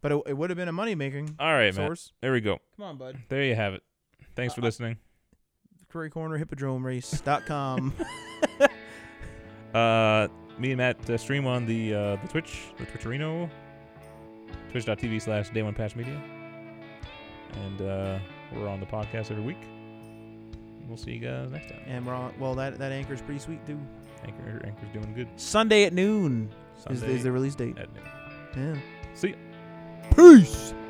Speaker 2: but it, it would have been a money making
Speaker 1: All right, man.
Speaker 2: source
Speaker 1: There we go.
Speaker 2: come on bud
Speaker 1: There you have it. Thanks
Speaker 2: Uh,
Speaker 1: for listening.
Speaker 2: curry corner hippodrome race.com
Speaker 1: Uh, me and Matt uh, stream on the uh, the Twitch, the Twitcherino, twitch.tv slash day one patch media. And uh, we're on the podcast every week. We'll see you guys next time.
Speaker 2: and we're on well that that anchor's pretty sweet too
Speaker 1: Anchor, Anchor's doing good.
Speaker 2: sunday at noon is,
Speaker 1: Sunday
Speaker 2: is the release date
Speaker 1: at noon.
Speaker 2: yeah
Speaker 1: See ya.
Speaker 2: peace